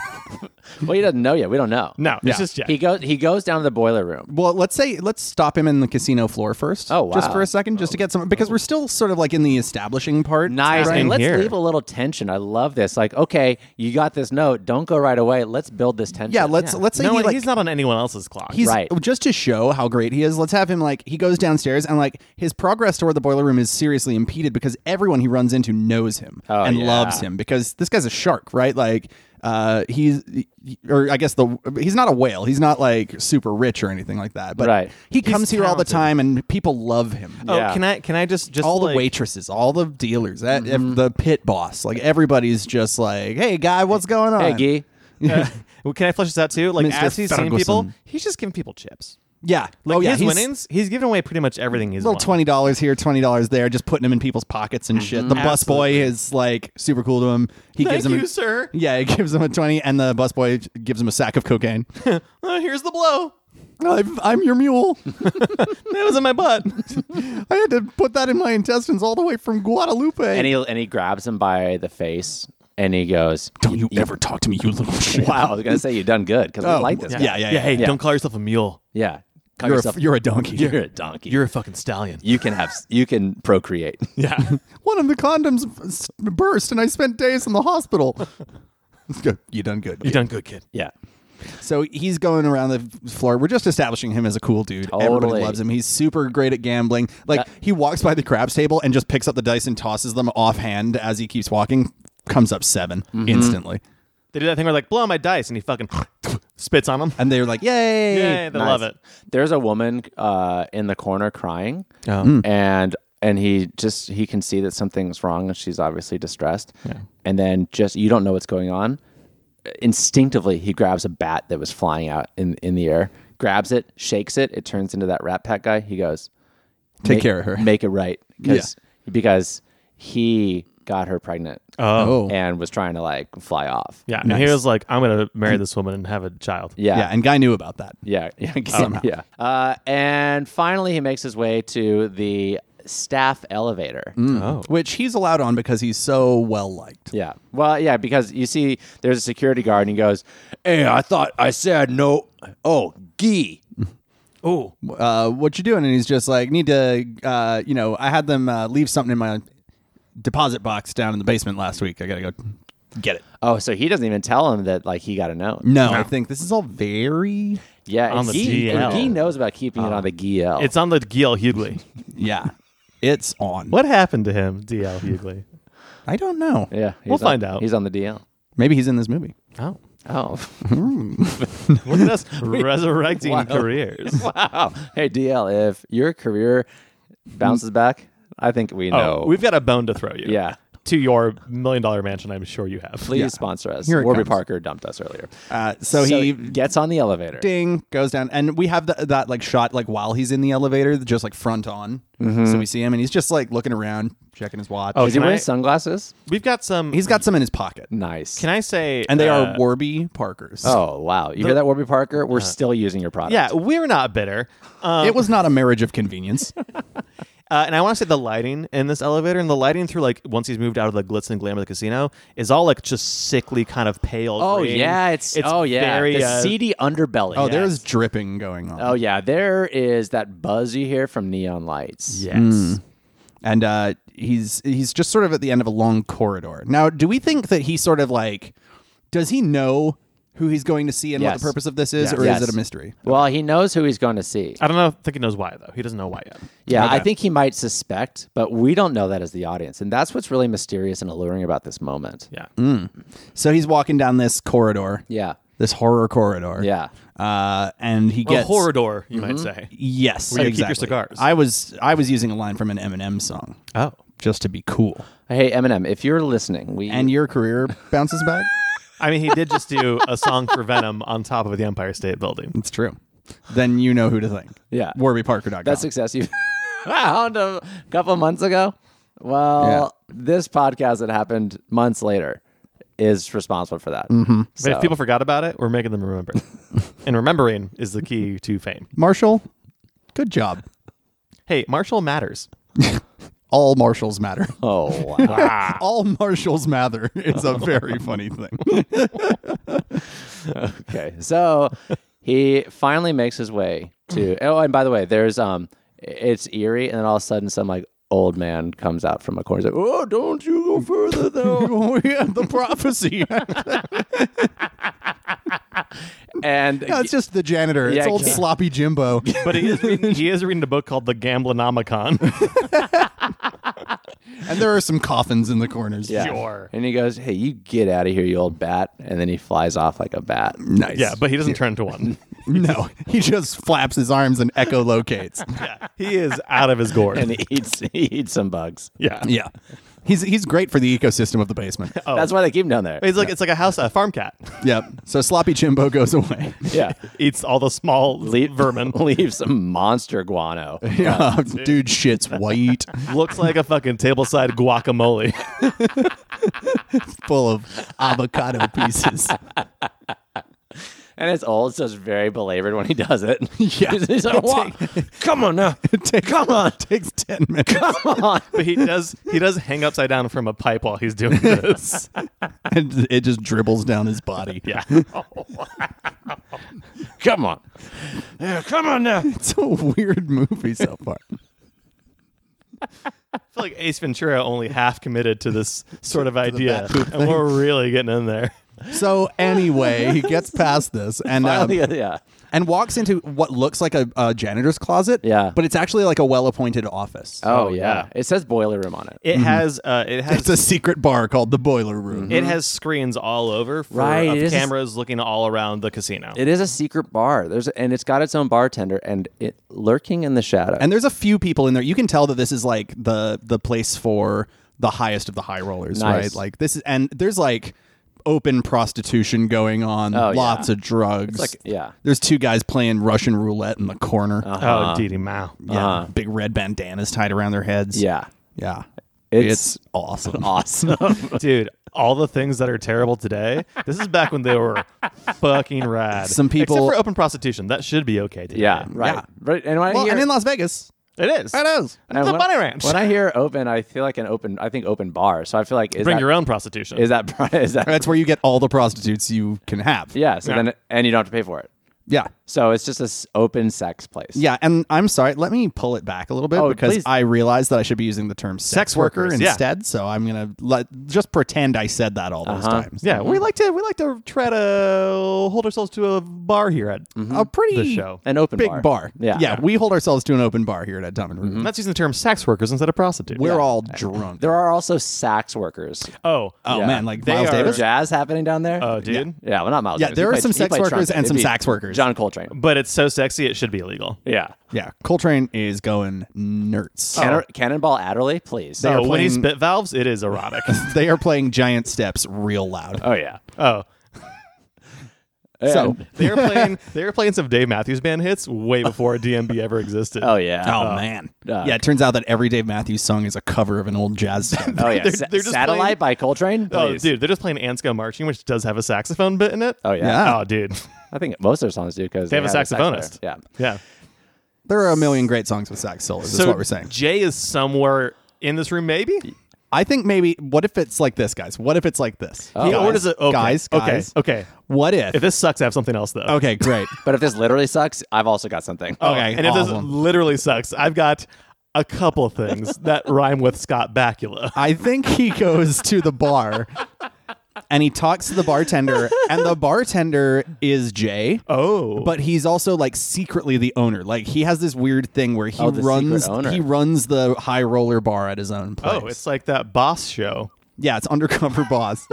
S1: well, he doesn't know yet. We don't know.
S3: No, it's
S2: Yeah.
S3: just Jay.
S1: He goes. He goes down to the boiler room.
S2: well, let's say let's stop him in the casino floor first.
S1: Oh,
S2: just
S1: wow.
S2: for a second, just to get some because we're still sort of like in the establishing part.
S1: Nice.
S3: happening
S1: And let's
S3: here?
S1: leave a little tension. I love this. Like, okay, you got this note. Don't go right away. Let's build this tension.
S2: Yeah, let's let's say
S3: no,
S2: he,
S3: one-
S2: like,
S3: he's not on anyone else's clock.
S2: He's
S1: Right.
S2: just to show how great he is. Let's have him like he goes downstairs and like his progress toward the boiler room is seriously impeded because everyone he runs into knows him
S1: Oh,
S2: and
S1: yeah.
S2: loves him because this guy's a shark, right? Like uh he's or I guess the he's not a whale. He's not like super rich or anything like that. But
S1: Right.
S2: he comes here all the
S3: talented.
S2: time and people love him.
S3: oh,
S1: Yeah.
S3: can I can I just just
S2: All the
S3: like-
S2: waitresses, all the dealers, e- ev- the pit boss, like everybody's just like, "Hey, guy, what's going on?"
S1: Hey, Gee.
S3: uh, Well, Can I flesh this out too? Like
S2: Mr.
S3: as he's seeing people,
S2: Ferguson.
S3: he's just giving people chips.
S2: yeah,
S3: Like
S2: oh yeah,
S3: his
S2: he's-
S3: winnings, he's giving away pretty much everything he's
S2: little
S3: won.
S2: twenty dollars here, twenty dollars there, just putting them in people's pockets and shit. The busboy is like super cool to him. He
S3: Thank
S2: gives him
S3: you,
S2: a,
S3: sir.
S2: Yeah, he gives him a twenty, and the busboy gives him a sack of cocaine.
S3: Oh, here's the blow.
S2: I'm, I'm your mule.
S3: That was in my butt.
S2: I had to put that in my intestines all the way from Guadalupe.
S1: and he and he grabs him by the face and he goes,
S2: Don't you ever talk to me, you little shit.
S1: "Wow, I was gonna say you done good because I like this
S2: Oh, yeah,
S1: guy."
S2: yeah, yeah,
S3: Yeah, hey,
S1: yeah.
S3: don't call yourself a mule.
S1: yeah. Call
S2: You're,
S1: yourself,
S2: a, you're a donkey.
S1: you're a donkey.
S3: You're a fucking stallion.
S1: you can have you can procreate.
S3: Yeah.
S2: One of the condoms s- burst, and I spent days in the hospital. Good. You done good.
S3: You done good, kid.
S1: yeah,
S2: So he's going around the f- floor. We're just establishing him as a cool dude.
S1: Totally.
S2: Everybody loves him. He's super great at gambling. Like he walks by the craps table and just picks up the dice and tosses them offhand as he keeps walking. Comes up 7
S1: Mm-hmm.
S2: instantly,
S3: They do that thing where like blow my dice and he fucking spits on them.
S2: and they're like, "Yay!"
S3: Yay, they love it.
S1: There's a woman uh, in the corner crying,
S2: Oh.
S1: and and he just he can see that something's wrong, and she's obviously distressed. And then just you don't know what's going on. Instinctively, he grabs a bat that was flying out in in the air, grabs it, shakes it. It turns into that Rat Pack guy. He goes,
S2: Take
S1: make-
S2: care of her.
S1: Make it right. Because because he got her pregnant
S2: oh, yeah.
S1: and was trying to like fly off.
S3: Yeah. And he was like, I'm gonna marry this woman and have a child.
S1: Yeah. Yeah.
S2: And guy knew about that.
S1: Yeah. Yeah. yeah. Uh, and finally he makes his way to the staff elevator.
S2: Mm. Which he's allowed on because he's so well liked.
S1: Yeah. Well, yeah, because you see there's a security guard and he goes, Hey, I thought I said no oh gee.
S3: Oh,
S2: uh, what you doing? And he's just like, need to, uh, you know, I had them uh, leave something in my deposit box down in the basement last week. I gotta go get it.
S1: Oh, so he doesn't even tell him that like he got to know.
S2: No, I think this is all very,
S1: Yeah,
S3: On
S1: and
S3: the
S1: he, and
S3: GL.
S1: he knows about keeping it on the GL.
S3: it's on the DL Hughley.
S2: yeah, it's on.
S3: what happened to him, DL Hughley?
S2: I don't know.
S1: yeah, he's
S3: We'll
S1: on-
S3: find out.
S1: He's on the DL.
S2: Maybe he's in this movie.
S3: Oh,
S1: Oh,
S3: look at us resurrecting careers.
S1: wow. Hey DL, if your career bounces back, I think we know.
S3: Oh, we've got a bone to throw you.
S1: Yeah.
S3: to your million dollar mansion. I'm sure you have.
S1: Please sponsor us.
S2: Here it
S1: Warby
S2: comes.
S1: Parker dumped us earlier.
S2: Uh, so, he
S1: gets on the elevator.
S2: ding goes down, and we have the, that like shot like while he's in the elevator, just like front on. So we see him, and he's just like looking around, checking his watch.
S3: Oh,
S1: Is he
S3: Can
S1: wearing
S3: I-
S1: sunglasses?
S3: We've got some.
S2: he's got some in his pocket,
S1: Nice.
S3: Can I say?
S2: and they
S3: uh,
S2: are Warby Parkers.
S1: Oh wow! You hear that, Warby Parker? We're still using your product.
S3: Yeah, we're not bitter. Um,
S2: it was not a marriage of convenience.
S3: uh, and I want to say the lighting in this elevator and the lighting through like once he's moved out of the glitz and glamour of the casino is all like just sickly kind of pale.
S1: Oh
S3: green.
S1: yeah, it's, oh yeah,
S3: very,
S1: the
S3: uh,
S1: seedy underbelly.
S2: Oh,
S1: yeah.
S2: there is dripping going on.
S1: oh yeah, there is that buzz you hear from neon lights.
S3: yes.
S2: and uh, he's he's just sort of at the end of a long corridor. Now, do we think that he sort of like does he know who he's going to see and what
S1: Yes.
S2: the purpose of this is, or
S1: Yes.
S2: is it a mystery?
S1: Well, he knows who he's going to see.
S3: I don't know. think he knows why though. He doesn't know why yet.
S1: Yeah, I think he might suspect, but we don't know that as the audience, and that's what's really mysterious and alluring about this moment.
S3: Yeah.
S2: So he's walking down this corridor,
S1: Yeah,
S2: this horror corridor,
S1: yeah.
S2: uh, and he
S3: A
S2: gets
S3: horror door, you
S1: Mm-hmm.
S3: might say.
S2: Yes,
S3: Where you keep your
S2: exactly.
S3: cigars.
S2: I was I was using a line from an Eminem song
S3: Oh,
S2: just to be cool,
S1: Hey Eminem, if you're listening, we
S2: and your career bounces back.
S3: I mean, he did just do a song for Venom on top of the Empire State Building.
S2: It's true. Then you know who to thank.
S1: Yeah.
S2: WarbyParker.com.
S1: that success you found a couple months ago. Well, this podcast that happened months later is responsible for that. Mm-hmm.
S3: But if people forgot about it, we're making them remember. and remembering is the key to fame.
S2: Marshall. Good job.
S3: Hey, Marshall matters.
S2: All Marshalls matter.
S1: Oh wow.
S2: All Marshalls matter. It's a very funny thing.
S1: Okay. So he finally makes his way to. Oh, and by the way, there's um, it's eerie, and then all of a sudden, some like old man comes out from a corner. He's like, oh, don't you go further though.
S2: we had the prophecy.
S1: and
S2: That's just the janitor. It's
S1: Yeah,
S2: old
S1: yeah.
S2: sloppy Jimbo.
S3: But he is reading, he is reading a book called The Gamblenomicon.
S2: And there are some coffins in the corners.
S1: yeah.
S3: Sure.
S1: And he goes, "Hey, you get out of here, you old bat!" And then he flies off like a bat.
S2: Nice.
S3: yeah, but he doesn't turn into one.
S2: no, he just flaps his arms and echolocates.
S3: He is out of his gourd.
S1: And he eats he eats some bugs.
S3: yeah.
S2: yeah. He's he's great for the ecosystem of the basement.
S1: That's why they keep him down there.
S3: It's like it's like a house a farm cat.
S2: yep. So sloppy Jimbo goes away.
S1: Yeah.
S3: Eats all the small
S1: Leave
S3: vermin.
S1: Leave some monster guano.
S2: Yeah. Dude shit's white,
S3: Looks like a fucking tableside guacamole.
S2: full of avocado pieces.
S1: And it's old, so it's very belabored when he does it.
S2: Yeah.
S1: he's, he's like, "What? Come on now, come on,
S2: Takes ten minutes.
S1: come on."
S3: But he does he does hang upside down from a pipe while he's doing this.
S2: and it just dribbles down his body.
S3: Yeah.
S1: Come on. Yeah, come on now.
S2: It's a weird movie so far.
S3: I feel like Ace Ventura only half committed to this sort of idea,
S2: bat poop
S3: and we're really getting in there.
S2: So anyway, he gets past this and um,
S1: Oh, yeah.
S2: and walks into what looks like a, a janitor's closet.
S1: Yeah.
S2: but it's actually like a well-appointed office.
S1: Oh,
S3: yeah.
S1: yeah. It says boiler room on it.
S3: It has uh, it has
S2: It's a secret bar called the Boiler
S1: Mm-hmm.
S2: Room.
S3: it has screens all over for
S1: Right,
S3: of
S1: it is-
S3: cameras looking all around the casino.
S1: It is a secret bar. There's and it's got its own bartender and it lurking in the shadow.
S2: and there's a few people in there. You can tell that this is like the the place for the highest of the high rollers,
S1: Nice.
S2: right? Like this is, and there's like open prostitution going on,
S1: Oh, yeah.
S2: lots of drugs.
S1: like- yeah. Uh-huh.
S2: there's two guys playing Russian roulette in the corner.
S3: oh, Didi Mao.
S2: Yeah. Big red bandanas tied around their heads.
S1: yeah.
S2: Yeah.
S1: It's-
S2: awesome.
S1: Awesome.
S3: Dude, all the things that are terrible today. This is back when they were fucking rad.
S2: Some people-
S3: except for open prostitution, that should be okay today.
S1: yeah. Right.
S2: Yeah.
S1: Right. And when I
S2: Well,
S1: hear
S2: and in Las Vegas.
S3: it is.
S2: It is.
S1: and
S3: It's a
S1: when-
S3: bunny ranch.
S1: When I hear open, I feel like an open I think open bar. So I feel like is
S3: Bring
S1: that,
S3: your own prostitution.
S1: is that is that
S2: That's where you get all the prostitutes you can have.
S1: Yeah, so then and you don't have to pay for it.
S2: Yeah.
S1: So it's just this open sex place.
S2: Yeah, and I'm sorry. Let me pull it back a little bit
S1: Oh,
S2: because
S1: please.
S2: I realized that I should be using the term sex,
S3: Sex
S2: worker
S3: workers, yeah.
S2: instead. So I'm gonna let, just pretend I said that all those
S1: Uh-huh.
S2: times.
S3: Yeah, we like to we like to try to hold ourselves to a bar here at
S2: a pretty
S3: the show.
S1: An open
S2: big
S1: bar.
S2: bar.
S1: Yeah.
S2: yeah. We hold ourselves to an open bar here at Dumb and Rude.
S3: And that's using the term sex workers instead of prostitutes.
S2: We're
S3: Mm-hmm. Yeah.
S2: all drunk.
S1: There are also sax workers.
S3: oh
S2: oh
S1: Yeah.
S2: man, like
S3: They
S2: Miles
S3: are-
S2: Davis.
S1: Jazz happening down there.
S3: oh dude.
S1: yeah, well, not Miles.
S2: Yeah,
S1: Davis. He
S2: there are
S1: played-
S2: some
S1: he
S2: sex
S1: played
S2: workers
S1: trumpet.
S2: and
S1: It'd
S2: some
S1: be
S2: sax workers.
S1: John Coltrane.
S3: But it's so sexy it should be illegal.
S1: Yeah.
S2: Yeah, Coltrane is going nerds.
S1: Cannon- Cannonball Adderley, please.
S2: They are
S3: Oh, when he
S2: playing-
S3: spit valves, it is erotic.
S2: They are playing giant steps real loud.
S1: oh yeah.
S3: oh.
S1: Oh,
S2: So-
S1: Yeah.
S3: They are playing they are playing some Dave Matthews band hits way before DMB ever existed.
S1: oh yeah.
S2: Oh, man.
S1: Doug.
S2: yeah, it turns out that every Dave Matthews song is a cover of an old jazz step.
S1: Oh yeah,
S3: They're-
S1: Sa-
S3: they're just
S1: satellite
S3: playing-
S1: by Coltrane.
S3: Oh,
S1: Please.
S3: dude, they're just playing Anska marching, which does have a saxophone bit in it.
S1: Oh yeah.
S2: Yeah.
S3: Oh, dude.
S1: I think most of their songs do because
S3: They have a
S1: sax player.
S3: saxophonist.
S1: Yeah.
S3: Yeah.
S2: There are a million great songs with sax solos. That's what we're saying.
S3: Jay is somewhere in this room, maybe.
S2: I think maybe. What if it's like this, guys? What if it's like this?
S1: Oh.
S3: He
S1: Guys,
S3: orders it. Okay.
S2: guys,
S3: okay,
S2: guys.
S3: okay.
S2: What if?
S3: If this sucks, I have something else though.
S2: okay, great.
S1: But if this literally sucks, I've also got something.
S3: Oh,
S2: okay,
S3: And if this
S2: awesome.
S3: literally sucks, I've got a couple things that rhyme with Scott Bakula.
S2: I think he goes to the bar and he talks to the bartender, and the bartender is Jay.
S3: Oh,
S2: But he's also like secretly the owner. Like he has this weird thing where he
S1: Oh, the secret
S2: runs
S1: owner.
S2: he runs the high roller bar at his own place.
S3: oh, it's like that boss show.
S2: yeah, it's undercover boss.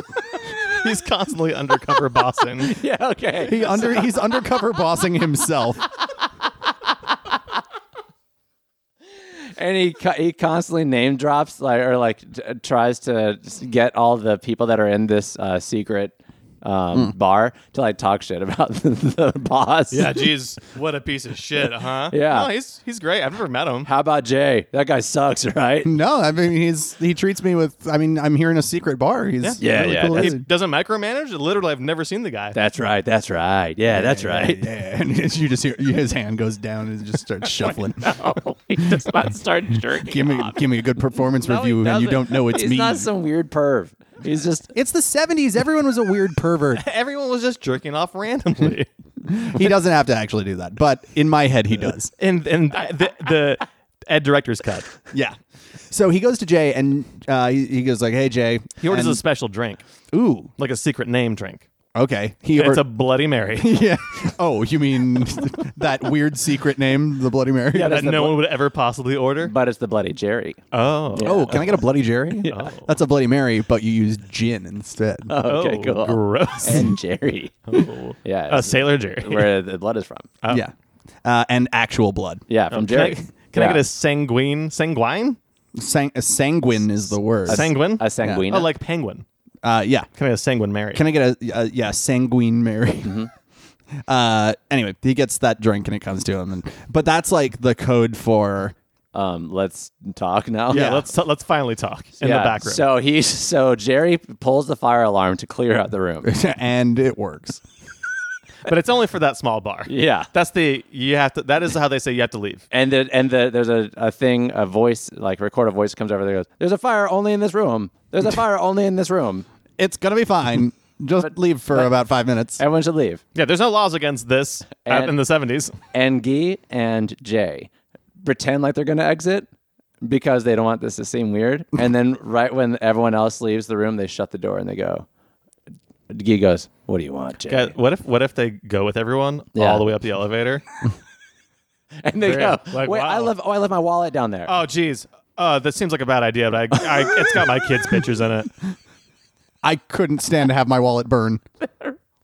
S3: He's constantly undercover bossing.
S1: yeah. Okay.
S2: He under he's undercover bossing himself.
S1: and he co- he constantly name drops like or like t- tries to s- get all the people that are in this uh, secret um, bar to like talk shit about the, the boss.
S3: Yeah, geez, what a piece of shit, huh?
S1: Yeah.
S3: no, he's he's great. I've never met him.
S1: How about Jay? That guy sucks, right?
S2: No, I mean he's he treats me with I mean I'm here in a secret bar. He's
S1: Yeah.
S2: a
S1: Yeah,
S2: really
S1: yeah,
S2: cool
S1: that's-
S2: dude.
S3: Doesn't micromanage. Literally, I've never seen the guy.
S1: That's right. That's right. Yeah, that's right.
S2: Yeah, and you just hear his hand goes down and just starts shuffling.
S1: he does not start jerking.
S2: Give me, give me a good performance
S1: No, he
S2: review, and
S1: doesn't.
S2: you don't know it's
S1: He's
S2: me.
S1: not some weird perv. He's just
S2: it's the '70s. Everyone was a weird pervert.
S3: Everyone was just jerking off randomly,
S2: he doesn't have to actually do that, but in my head, he does.
S3: and and I- the, the Ed director's cut.
S2: Yeah. So he goes to Jay, and uh, he, he goes like, "Hey, Jay."
S3: He orders
S2: and,
S3: a special drink,
S2: Ooh.
S3: like a secret name drink.
S2: Okay. He
S3: it's
S2: or-
S3: a Bloody Mary.
S2: yeah. Oh, you mean that weird secret name, the Bloody Mary?
S1: Yeah,
S3: that
S1: That's the
S3: no
S1: blo-
S3: one would ever possibly order.
S1: but it's the bloody Jerry.
S3: Oh,
S2: Oh, can I get a Bloody Jerry?
S1: Oh.
S2: That's a Bloody Mary, but you use gin instead.
S1: Okay,
S3: Oh,
S1: cool.
S3: Gross.
S1: And Jerry. Yeah.
S3: A
S1: it's
S3: sailor Jerry.
S1: where the blood is from.
S2: Yeah. Uh, and actual blood.
S1: Yeah, from
S3: Can I,
S1: Jerry.
S3: can I
S1: Yeah.
S3: get a sanguine? Sanguine?
S2: Sang- uh, sanguine is the word.
S3: Sanguine?
S1: a sanguina?
S3: Oh, like penguin.
S2: uh, yeah.
S3: Can I get a sanguine Mary?
S2: Can I get a, a yeah sanguine Mary? Uh, anyway, he gets that drink and it comes to him, and but that's like the code for
S1: um, let's talk now.
S3: yeah, let's let's finally talk in
S1: Yeah,
S3: the back room.
S1: So he, so Jerry pulls the fire alarm to clear out the room.
S2: and it works.
S3: but it's only for that small bar.
S1: Yeah,
S3: That's the you have to. That is how they say you have to leave.
S1: and the, and the, there's a, a thing, a voice, like record a voice comes over. There goes, "There's a fire only in this room. There's a fire only in this room.
S2: It's gonna be fine. Just leave for about five minutes.
S1: Everyone should leave."
S3: Yeah, there's no laws against this out
S1: And-
S3: in the 70s.
S1: And Guy and Jay pretend like they're gonna exit because they don't want this to seem weird. And then right when everyone else leaves the room, they shut the door and they go. Guy goes, "What do you want, Jay?"
S3: Yeah, what if what if they go with everyone
S1: Yeah.
S3: all the way up the elevator?
S1: and they
S3: Yeah,
S1: go,
S3: like,
S1: "Wait, I
S3: wow.
S1: left. Oh, I left my wallet down there."
S3: oh, geez. Uh, that seems like a bad idea, but I, I it's got my kids' pictures in it.
S2: I couldn't stand to have my wallet burn.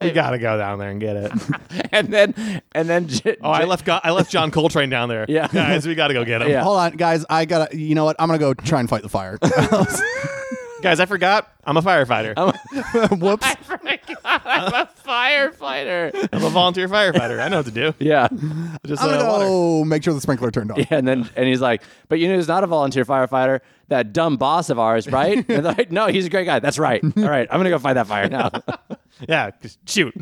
S3: We gotta go down there and get it.
S1: and then and then J-
S3: Oh, I left. Go- I left John Coltrane down there.
S1: Yeah.
S3: guys, we got to go get him.
S1: Yeah.
S2: Hold on, guys. I gotta. You know what? I'm gonna go try and fight the fire.
S3: Guys, I forgot. I'm a firefighter. I'm
S2: Whoops.
S1: firefighter.
S3: a volunteer firefighter. I know what to do.
S1: Yeah.
S3: Just
S2: I'm
S3: uh,
S2: gonna
S3: water.
S2: go make sure the sprinkler turned on.
S1: And then and he's like, but you know who's not a volunteer firefighter? That dumb boss of ours, right? And they're like, no, he's a great guy. That's right. All right, I'm gonna go fight that fire now.
S3: Yeah, just shoot.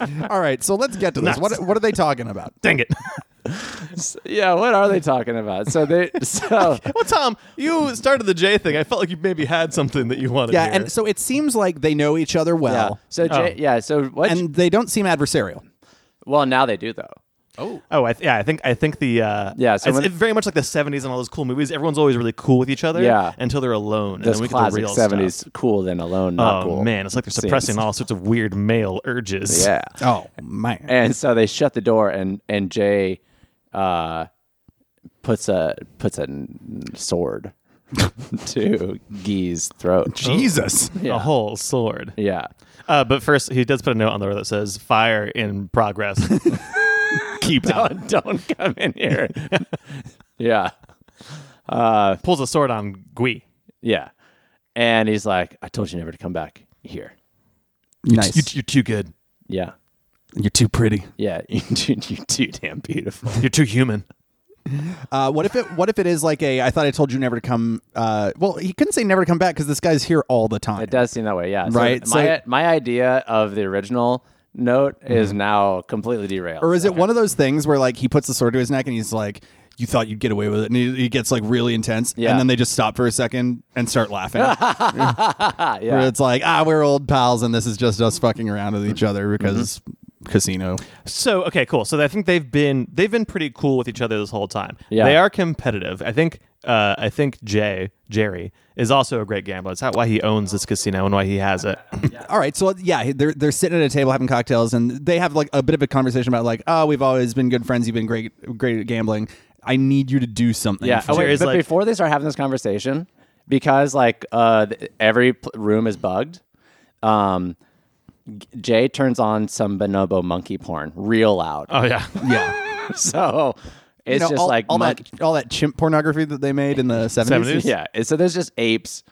S2: All right, so let's get to this. What what are they talking about?
S3: Dang it.
S1: So, yeah, what are they talking about? So they so
S3: Well, Tom, you started the J thing. I felt like you maybe had something that you wanted.
S2: Yeah,
S3: here.
S2: and so it seems like they know each other
S1: yeah.
S2: well,
S3: Oh.
S1: So Jay, yeah, so what
S2: and they don't seem adversarial.
S1: well now they do though.
S2: Oh.
S3: Oh, I th- yeah. I think I think the uh,
S1: Yeah, so
S3: it's,
S1: when-
S3: it's very much like the '70s and all those cool movies. Everyone's always really cool with each other.
S1: Yeah.
S3: until they're alone. and
S1: Those
S3: then we
S1: classic
S3: get the real
S1: '70s
S3: Stuff.
S1: cool then alone, not
S3: Oh
S1: cool.
S3: man, it's like they're suppressing
S1: scenes.
S3: all sorts of weird male urges.
S1: Yeah.
S2: Oh man.
S1: and so they shut the door and and jay uh puts a puts a n- sword to gee's throat
S2: Oh. Jesus.
S3: a whole sword.
S1: yeah
S3: Uh, but first, he does put a note on the door that says "fire in progress." Keep out.
S1: don't, don't come in here yeah uh
S3: Pulls a sword on Gui.
S1: yeah and he's like i told you never to come back here
S2: Nice.
S3: You, you're too good.
S1: yeah
S2: You're too pretty.
S1: yeah you too, you too damn beautiful
S3: You're too human.
S2: Uh, what if it? What if it is like a? I thought I told you never to come. Uh, well, he couldn't say never to come back because this guy's here all the time.
S1: it does seem that way yeah So Mm-hmm.
S2: Right, so-
S1: my, my idea of the original note is now completely derailed
S2: Or is it one of those things where like he puts the sword to his neck and he's like, "You thought you'd get away with it," and he, he gets like really intense,
S1: Yeah.
S2: and then they just stop for a second and start laughing.
S1: ah,
S2: Where
S1: yeah
S2: it's like, ah, we're old pals, and this is just us fucking around with each other because
S1: Mm-hmm.
S2: casino.
S3: So okay, cool. So I think they've been they've been pretty cool with each other this whole time.
S1: Yeah.
S3: they are competitive. I think uh, I think Jay Jerry is also a great gambler. It's not why he owns this casino and why he has it.
S2: All right, so yeah, they're they're sitting at a table having cocktails, and they have like a bit of a conversation about like, oh, we've always been good friends. You've been great, great at gambling. I need you to do something.
S1: Yeah.
S2: for
S1: Oh,
S2: me."
S1: wait,
S3: Jerry's
S1: but
S3: like-
S1: before they start having this conversation, because like uh, th- every pl- room is bugged, um, G- Jay turns on some bonobo monkey porn real loud.
S3: oh yeah,
S2: yeah.
S1: so it's
S2: You know,
S1: just
S2: all,
S1: like
S2: all
S1: monkey-
S2: that all that chimp pornography that they made in the seventies.
S3: Seventies?
S1: yeah. and So there's just apes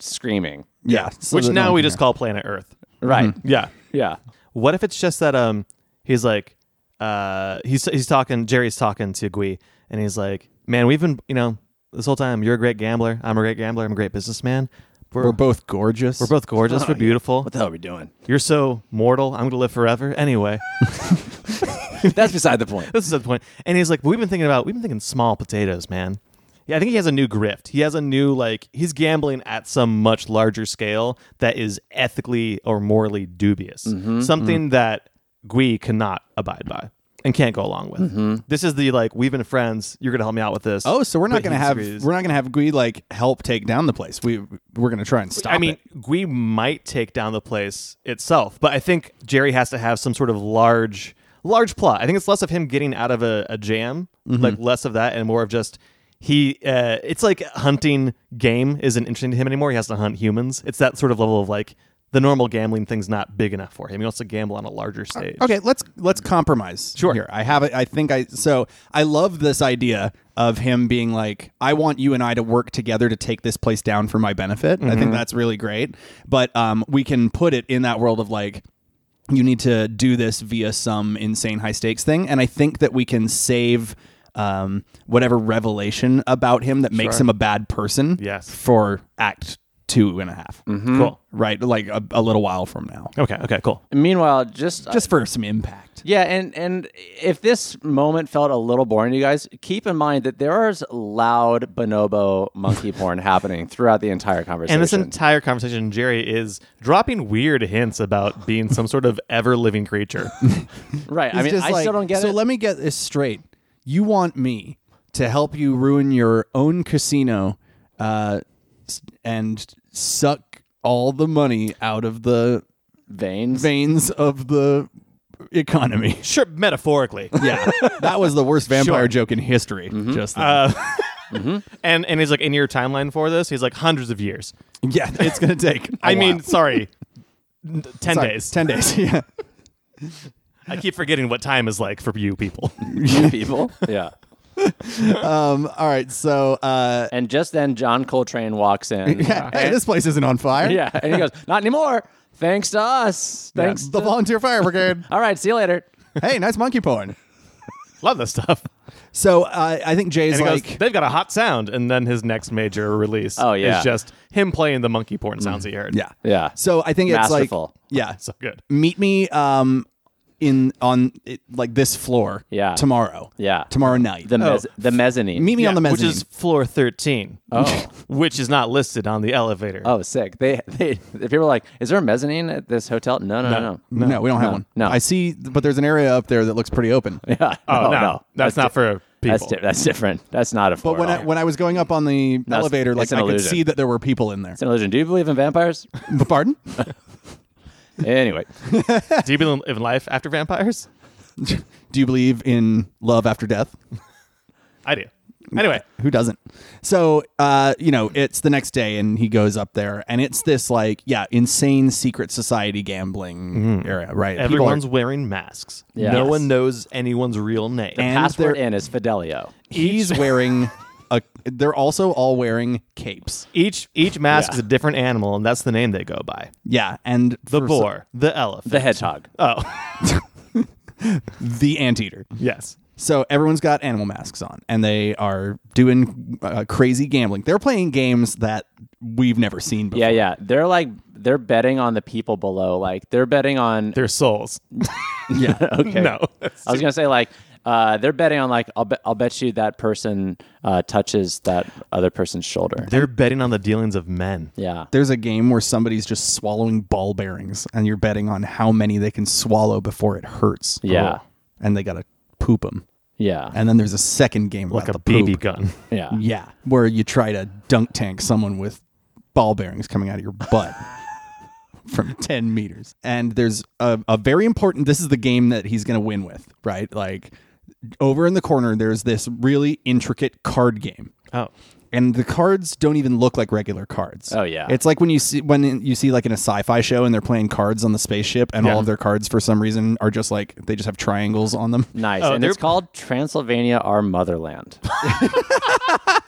S1: screaming.
S2: yeah. so
S3: which
S2: that no
S3: now
S2: one
S3: we
S2: can
S3: just
S2: hear.
S3: call planet Earth.
S1: Right.
S3: Yeah.
S1: Yeah.
S3: What if it's just that um he's like uh he's he's talking Jerry's talking to Gui and he's like, Man, we've been you know, this whole time you're a great gambler, I'm a great gambler, I'm a great businessman. We're,
S2: We're both gorgeous.
S3: we're both gorgeous, we're beautiful.
S1: What the hell are we doing?
S3: You're so mortal, I'm gonna live forever. Anyway,
S1: That's beside the point.
S3: this is the point. And he's like, We've been thinking about we've been thinking small potatoes, man. Yeah, I think he has a new grift. He has a new like he's gambling at some much larger scale that is ethically or morally dubious.
S2: Mm-hmm,
S3: Something that Gui cannot abide by and can't go along with. This is the like we've been friends. You're gonna help me out with this.
S2: Mm-hmm. Oh, so we're not
S3: But he
S2: gonna have
S3: disagrees.
S2: we're not gonna have Gui like help take down the place. We we're gonna try and stop.
S3: I mean,
S2: it.
S3: Gui might take down the place itself, but I think Jerry has to have some sort of large, large plot. I think it's less of him getting out of a, a jam,
S2: Mm-hmm.
S3: like less of that, and more of just he. Uh, it's like hunting game isn't interesting to him anymore. He has to hunt humans. It's that sort of level of like the normal gambling thing's not big enough for him. He wants to gamble on a larger stage.
S2: okay, let's let's compromise.
S3: Sure.
S2: Here, I have it. I think I so I love this idea of him being like, I want you and I to work together to take this place down for my benefit. I
S3: Mm-hmm.
S2: think that's really great. But um, we can put it in that world of like. You need to do this via some insane high stakes thing, and I think that we can save um, whatever revelation about him that makes him a bad person.
S3: Yes. Mm-hmm.
S2: for Act Two and a half.
S3: Cool.
S2: right? Like a, a little while from now,
S3: Okay. Okay. Cool.
S1: Meanwhile, just uh,
S2: just for some impact.
S1: Yeah, and and if this moment felt a little boring to you guys, keep in mind that there is loud bonobo monkey porn happening throughout the entire conversation.
S3: And this entire conversation, Jerry is dropping weird hints about being some sort of ever living creature.
S1: right. I
S2: He's
S1: mean,
S2: just
S1: I
S2: like,
S1: still don't get
S2: so
S1: it.
S2: let me get this straight. You want me to help you ruin your own casino uh, s- and suck all the money out of the
S1: Veins.
S2: veins of the economy.
S3: sure, metaphorically.
S2: Yeah, that was the worst vampire
S3: Sure.
S2: joke in history. Mm-hmm. Uh, Just then.
S3: And and he's like, in your timeline for this, he's like hundreds of years.
S2: yeah, it's gonna take. I
S3: I mean, sorry, n- ten days.
S2: ten days. Yeah,
S3: I keep forgetting what time is like for you people.
S1: You people. Yeah.
S2: um, all right. So, uh,
S1: And just then, John Coltrane walks in.
S2: hey, this place isn't on fire.
S1: Yeah, and he goes, "Not anymore. Thanks to us. Thanks.
S2: the volunteer fire brigade.
S1: All right. See you later."
S2: hey, nice monkey porn.
S3: Love this stuff.
S2: So uh, I think Jay's
S3: And he goes,
S2: like,
S3: they've got a hot sound, and then his next major release
S1: Oh, yeah.
S3: is just him playing the monkey porn sounds he heard.
S2: yeah,
S1: Yeah.
S2: So I think it's
S1: Masterful.
S2: like, yeah,
S3: so good.
S2: meet me um in on it, like this floor
S1: Yeah.
S2: tomorrow.
S1: Yeah.
S2: Tomorrow night.
S1: The, mez- the mezzanine.
S2: Meet Oh. me on the
S3: which
S2: mezzanine.
S3: is floor 13. Oh. which is not listed on the elevator.
S1: oh, sick. They, they, the people are like, is there a mezzanine at this hotel? No, no, no. no.
S2: no, we don't have one.
S1: no.
S2: I see, but there's an area up there that looks pretty open.
S1: Yeah.
S3: Oh, no. That's, not for people.
S1: That's, di- that's different. That's not a floor.
S2: But when
S1: at
S2: I,
S1: all.
S2: when I was going up on the
S1: it's-
S2: elevator,
S1: it's
S2: like
S1: an
S2: I could
S1: illusion.
S2: see that there were people in there.
S1: it's an illusion. Do you believe in vampires?
S2: Pardon?
S1: anyway,
S3: Do you believe in life after vampires?
S2: Do you believe in love after death?
S3: I do. Anyway,
S2: Who doesn't? So, uh, you know, it's the next day and he goes up there and it's this like, yeah, insane secret society gambling area, right? People are-
S3: everyone's wearing masks.
S1: Yeah.
S3: No
S1: Yes.
S3: one knows anyone's real name.
S2: And
S1: password
S2: there-
S1: in is Fidelio.
S2: he's wearing a they're also all wearing capes.
S3: each each mask
S1: Yeah.
S3: is a different animal, and that's the name they go by.
S2: Yeah, and
S3: The
S2: for
S3: boar, the elephant.
S1: The hedgehog.
S3: oh,
S2: s- the anteater.
S3: yes.
S2: So everyone's got animal masks on, and they are doing uh, crazy gambling. They're playing games that we've never seen before.
S1: Yeah, yeah. They're like they're betting on the people below. Like they're betting on.
S3: Their souls.
S2: yeah.
S1: okay.
S3: No.
S1: I was gonna say like uh, they're betting on like I'll bet I'll bet you that person uh, touches that other person's shoulder.
S3: They're betting on the dealings of men.
S1: Yeah.
S2: There's a game where somebody's just swallowing ball bearings, and you're betting on how many they can swallow before it hurts.
S1: Yeah.
S2: and they gotta poop them.
S1: Yeah.
S2: And then there's a second game
S3: Like
S2: about
S3: a
S2: the poop.
S3: BB gun.
S1: Yeah.
S2: Yeah, where you try to dunk tank someone with ball bearings coming out of your butt from 10 meters. And there's a, a very important, this is the game that he's going to win with, right? Like over in the corner, there's this really intricate card game.
S3: Oh.
S2: And the cards don't even look like regular cards.
S1: Oh, yeah.
S2: it's like when you see when you see like in a sci-fi show and they're playing cards on the spaceship, and all of their cards for some reason are just like they just have triangles on them.
S1: Nice.
S3: Oh,
S1: and it's
S3: they're-
S1: called Transylvania, our motherland.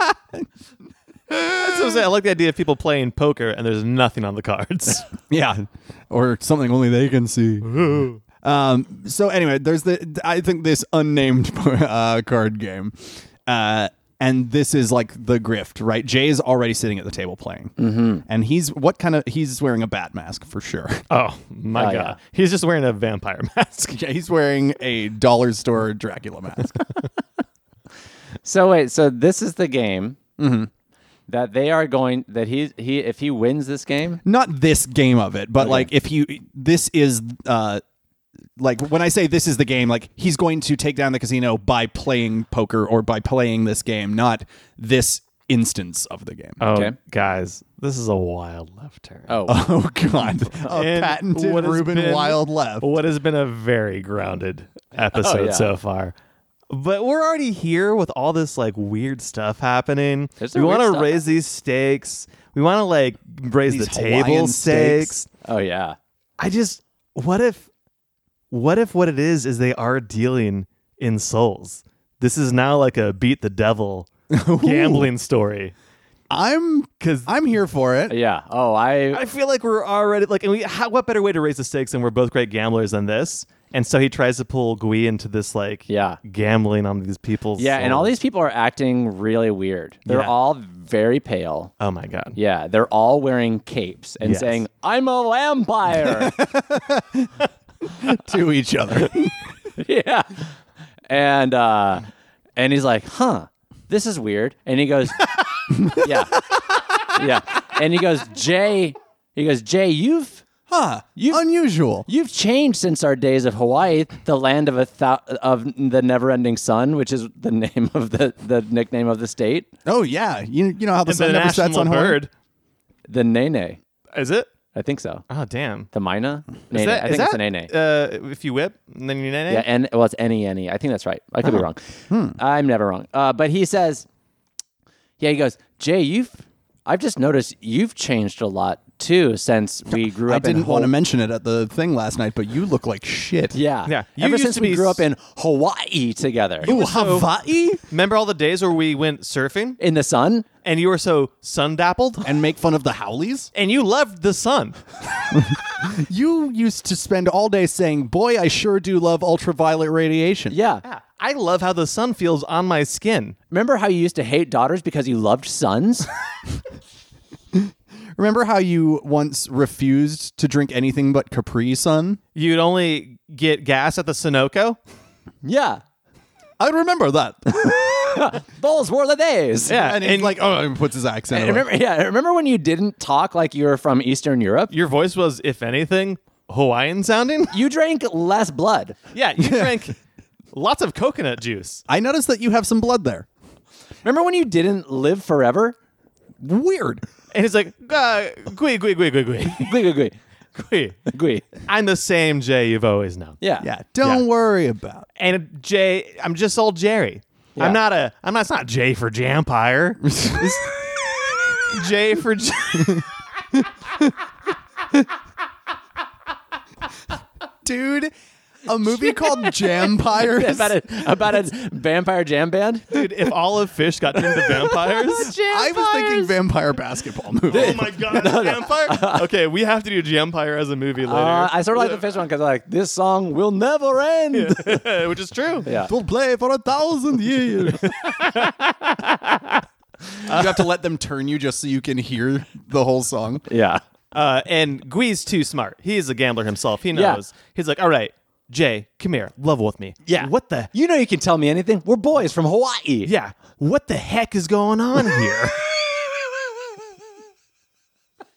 S3: That's what I'm saying. I like the idea of people playing poker and there's nothing on the cards.
S2: Yeah, or something only they can see. um. So anyway, there's the I think this unnamed uh, card game, uh, and this is like the grift, right? Jay is already sitting at the table playing, mm-hmm. and he's what kind of he's wearing a bat mask for sure.
S3: oh my
S1: Oh,
S3: god.
S1: yeah.
S3: He's just wearing a vampire mask.
S2: yeah, he's wearing a dollar store Dracula mask.
S1: So wait, so this is the game
S3: Mm-hmm.
S1: that they are going that he he if he wins this game,
S2: Not this game of it, but like if you this is uh. Like when I say this is the game, like he's going to take down the casino by playing poker or by playing this game, not this instance of the game.
S3: Oh,
S1: Okay.
S3: guys, this is a wild left turn.
S1: oh
S2: Oh God! A
S3: And
S2: patented
S3: what has
S2: Ruben
S3: been-
S2: Wild left.
S3: What has been a very grounded episode
S1: Oh, yeah.
S3: so far. But we're already here with all this like weird stuff happening.
S1: There's some
S3: we
S1: weird
S3: want to
S1: stuff.
S3: raise these stakes. We want to like raise
S2: These
S3: the
S2: Hawaiian
S3: table
S2: stakes.
S3: stakes.
S1: oh yeah.
S3: I just what if what if what it is is they are dealing in souls. This is now like a beat the devil gambling story
S2: I'm
S3: cuz
S2: I'm here for it.
S1: Yeah. Oh I
S3: I feel like we're already like, and we how, what better way to raise the stakes than we're both great gamblers than this? And so he tries to pull Gui into this like
S1: Yeah.
S3: gambling on these people's
S1: yeah, and all
S3: souls.
S1: these people are acting really weird. They're
S3: Yeah.
S1: all very pale.
S3: oh my god
S1: Yeah, they're all wearing capes and
S3: Yes.
S1: saying, "I'm a vampire."
S2: to each other.
S1: yeah, and uh, and he's like, "Huh, this is weird." And he goes, "Yeah, yeah," and he goes, "Jay," he goes, "Jay, you've
S2: Huh? Unusual.
S1: you've changed since our days of Hawaii, the land of a thou- of the never-ending sun, which is the name of the the nickname of the state,
S2: Oh yeah. You you know how the
S3: It's the
S2: sun never sets
S3: national
S2: on Hawaii?
S3: bird
S1: the Nene."
S3: is it
S1: I think so.
S3: oh damn
S1: The Mina?
S3: is
S1: Nene.
S3: that,
S1: I
S3: is
S1: think it's
S3: that,
S1: an Nene.
S3: uh, if you whip and then you nene
S1: Yeah, and well, it's any any. E. I think that's right. I could
S3: Uh-huh.
S1: be wrong.
S3: Hmm.
S1: I'm never wrong. Uh, but he says, yeah, he goes, Jay, you've, I've just noticed you've changed a lot too since we grew
S2: I
S1: up. in
S2: didn't want to
S1: Hol-
S2: mention it at the thing last night, but you look like shit.
S1: Yeah,
S3: Yeah, you
S1: Ever
S3: used
S1: since
S3: to
S1: we
S3: be
S1: grew
S3: s-
S1: up in Hawaii together,
S2: Ooh, Hawaii
S3: remember all the days where we went surfing
S1: in the sun.
S3: and you were so sun dappled
S2: and make fun of the Howleys.
S3: and you loved the sun
S2: You used to spend all day saying, "Boy, I sure do love ultraviolet radiation."
S1: Yeah.
S3: yeah I love how the sun feels on my skin
S1: Remember how you used to hate daughters because you loved sons?
S2: Remember how you once refused to drink anything but Capri Sun?
S3: you'd only get gas at the Sunoco.
S1: Yeah.
S2: I remember that.
S1: Those were the days.
S3: Yeah,
S2: and he's like, oh, and puts his accent.
S1: And
S2: away.
S1: remember, yeah. Remember when you didn't talk like you were from Eastern Europe?
S3: your voice was, if anything, Hawaiian sounding.
S1: You drank less blood.
S3: Yeah, you drank lots of coconut juice.
S2: I noticed that you have some blood there.
S1: Remember when you didn't live forever?
S2: Weird.
S3: And he's like, uh, gui, gui, gui, gui, gui,
S1: Gui, gui, gui,
S3: gui.
S1: gui.
S3: I'm the same Jay you've always known.
S1: Yeah.
S2: Yeah. Don't
S3: Yeah.
S2: worry about. it.
S3: And Jay, I'm just old Jerry.
S1: Yeah.
S3: I'm not a, I'm not, it's not Jay for Jampire. Jay for J-
S2: dude. A movie called Jampires.
S1: About a about a vampire jam band.
S3: Dude, if all of fish got turned into vampires.
S2: I was thinking vampire basketball movie.
S3: Oh my god, Jampire? Okay, we have to do Jampire as a movie later.
S1: Uh, I sort of like the fish one because like this song will never end.
S3: which is true.
S1: Yeah.
S2: It will play for a thousand years. you have to let them turn you just so you can hear the whole song.
S1: Yeah.
S3: Uh, and Gui's too smart. He is a gambler himself. He knows. He's like, all right, Jay, come here, level with me.
S1: Yeah.
S3: What the?
S1: You know you can tell me anything. We're boys from Hawaii.
S3: Yeah. What the heck is going on here?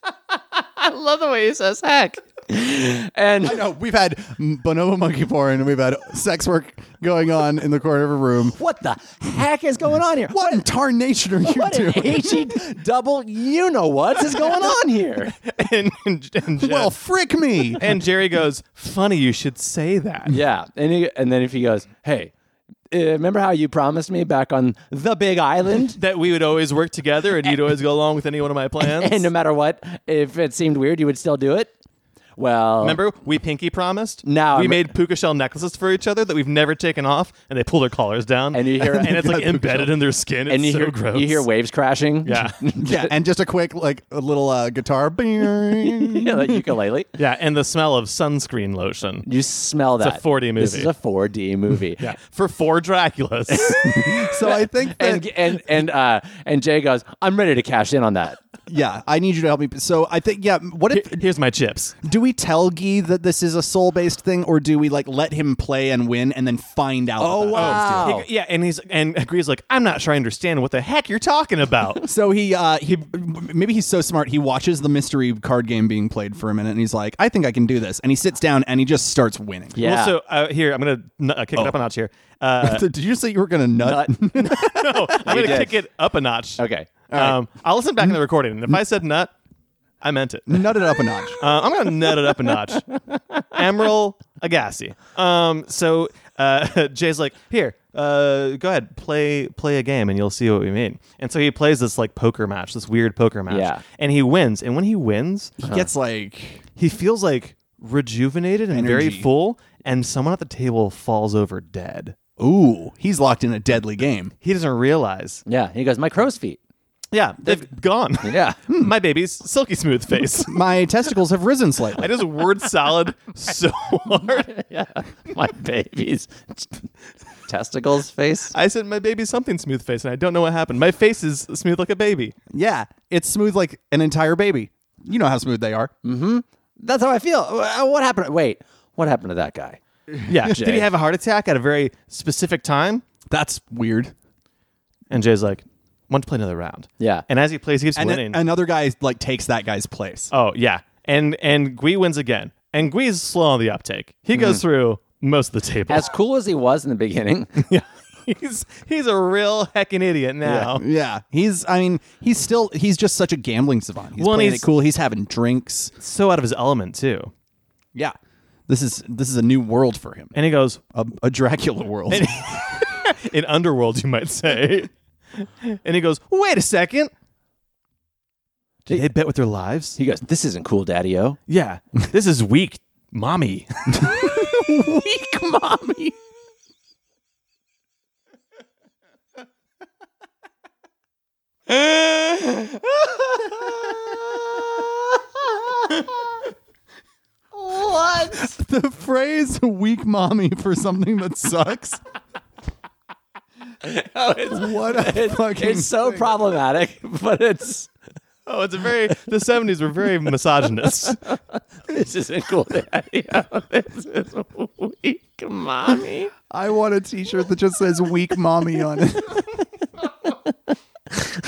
S4: I love the way he says heck.
S1: And
S2: I know we've had Bonova Monkey Porn and we've had sex work going on in the corner of a room.
S1: what the heck is going on here?
S2: What in tarnation are you
S1: What an
S2: doing?
S1: H E double you know what is going on here?
S3: and, and, and Jay-
S2: Well, frick me.
S3: and Jerry goes, funny you should say that.
S1: Yeah, and he, and then if he goes, hey, uh, remember how you promised me back on the Big Island?
S3: That we would always work together and you'd always go along with any one of my plans.
S1: And no matter what, if it seemed weird, you would still do it. Well,
S3: Remember, we pinky promised.
S1: Now
S3: we
S1: I'm-
S3: made puka shell necklaces for each other that we've never taken off, and they pull their collars down,
S1: And you hear-
S3: and it's like embedded in their skin. It's
S1: and you
S3: so
S1: hear
S3: gross.
S1: you hear waves crashing.
S3: yeah,
S2: Yeah, and just a quick like a little uh, guitar. Bing.
S1: yeah, like ukulele.
S3: yeah, and the smell of sunscreen lotion.
S1: You smell that.
S3: a 4D
S1: This
S3: movie.
S1: is a 4D movie.
S3: Yeah, for four Draculas.
S2: so I think that,
S1: And and and uh and Jay goes, I'm ready to cash in on that.
S2: yeah, I need you to help me. So I think yeah, what if
S3: Here's my chips.
S2: do we tell Guy that this is a soul based thing, or do we like let him play and win and then find out? about it?
S1: wow.
S3: He- yeah, and he's and agrees like I'm not sure I understand what the heck you're talking about.
S2: So he uh, he maybe he's so smart he watches the mystery card game being played for a minute and he's like, I think I can do this, and he sits down and he just starts winning.
S1: Yeah. Oh.
S3: Also, uh, here I'm gonna n- uh, kick it up a notch here. Uh,
S2: So did you say you were gonna nut?
S3: no, I'm gonna
S1: Oh, did.
S3: kick it up a notch.
S1: Okay. Mm-hmm.
S3: Um, I'll listen back in the recording, and if I said nut, I meant it.
S2: nut it up a notch.
S3: Uh, I'm gonna nut it up a notch. Emerald Agassi. Um, so uh, Jay's like, here, uh, go ahead, play play a game, and you'll see what we mean. And so he plays this like poker match, this weird poker match.
S1: Yeah.
S3: And he wins. And when he wins,
S2: He gets like
S3: he feels like rejuvenated and very
S2: Energy.
S3: full. And someone at the table falls over dead.
S2: ooh, he's locked in a deadly game.
S3: He doesn't realize.
S1: Yeah. He goes, My crow's feet.
S3: Yeah, they've gone.
S1: Yeah.
S3: My baby's silky smooth face.
S2: My testicles have risen
S3: I
S2: slightly.
S3: just word salad so hard.
S1: yeah. My baby's testicles face.
S3: I said my baby's something smooth face, and I don't know what happened. My face is smooth like a baby.
S2: Yeah, it's smooth like an entire baby. You know how smooth they are.
S3: Mm.
S1: That's how I feel. Uh, What happened? Wait, what happened to that guy?
S3: Yeah. Did he have a heart attack at a very specific time?
S2: That's weird.
S3: And Jay's like, "Why don't you play another round?"
S1: Yeah.
S3: And as he plays, he keeps
S2: And then
S3: winning.
S2: another guy like takes that guy's place.
S3: oh yeah. And and Gui wins again. And Gui's slow on the uptake. He goes through most of the table.
S1: As cool as he was in the beginning,
S3: he's he's a real heckin' idiot now.
S2: Yeah, he's. I mean, he's still. He's just such a gambling savant. He's
S3: Well, and
S2: playing
S3: he's-
S2: it cool. He's having drinks.
S3: So out of his element too.
S2: Yeah, this is this is a new world for him.
S3: And he goes
S2: A, a Dracula world.
S3: in underworld, you might say. and he goes, "Wait a second. Did they bet with their lives?"
S1: he goes, This isn't cool, Daddy O.
S3: Yeah, this is weak, mommy.
S1: Weak mommy.
S4: What?
S2: the phrase "weak mommy" for something that sucks. what a fucking.
S1: Oh, It's so problematic, but it's
S3: oh, it's a very the seventies were very misogynist.
S1: this isn't cool, Daddy O. This is
S3: weak mommy.
S2: I want a T-shirt that just says "Weak Mommy" on it.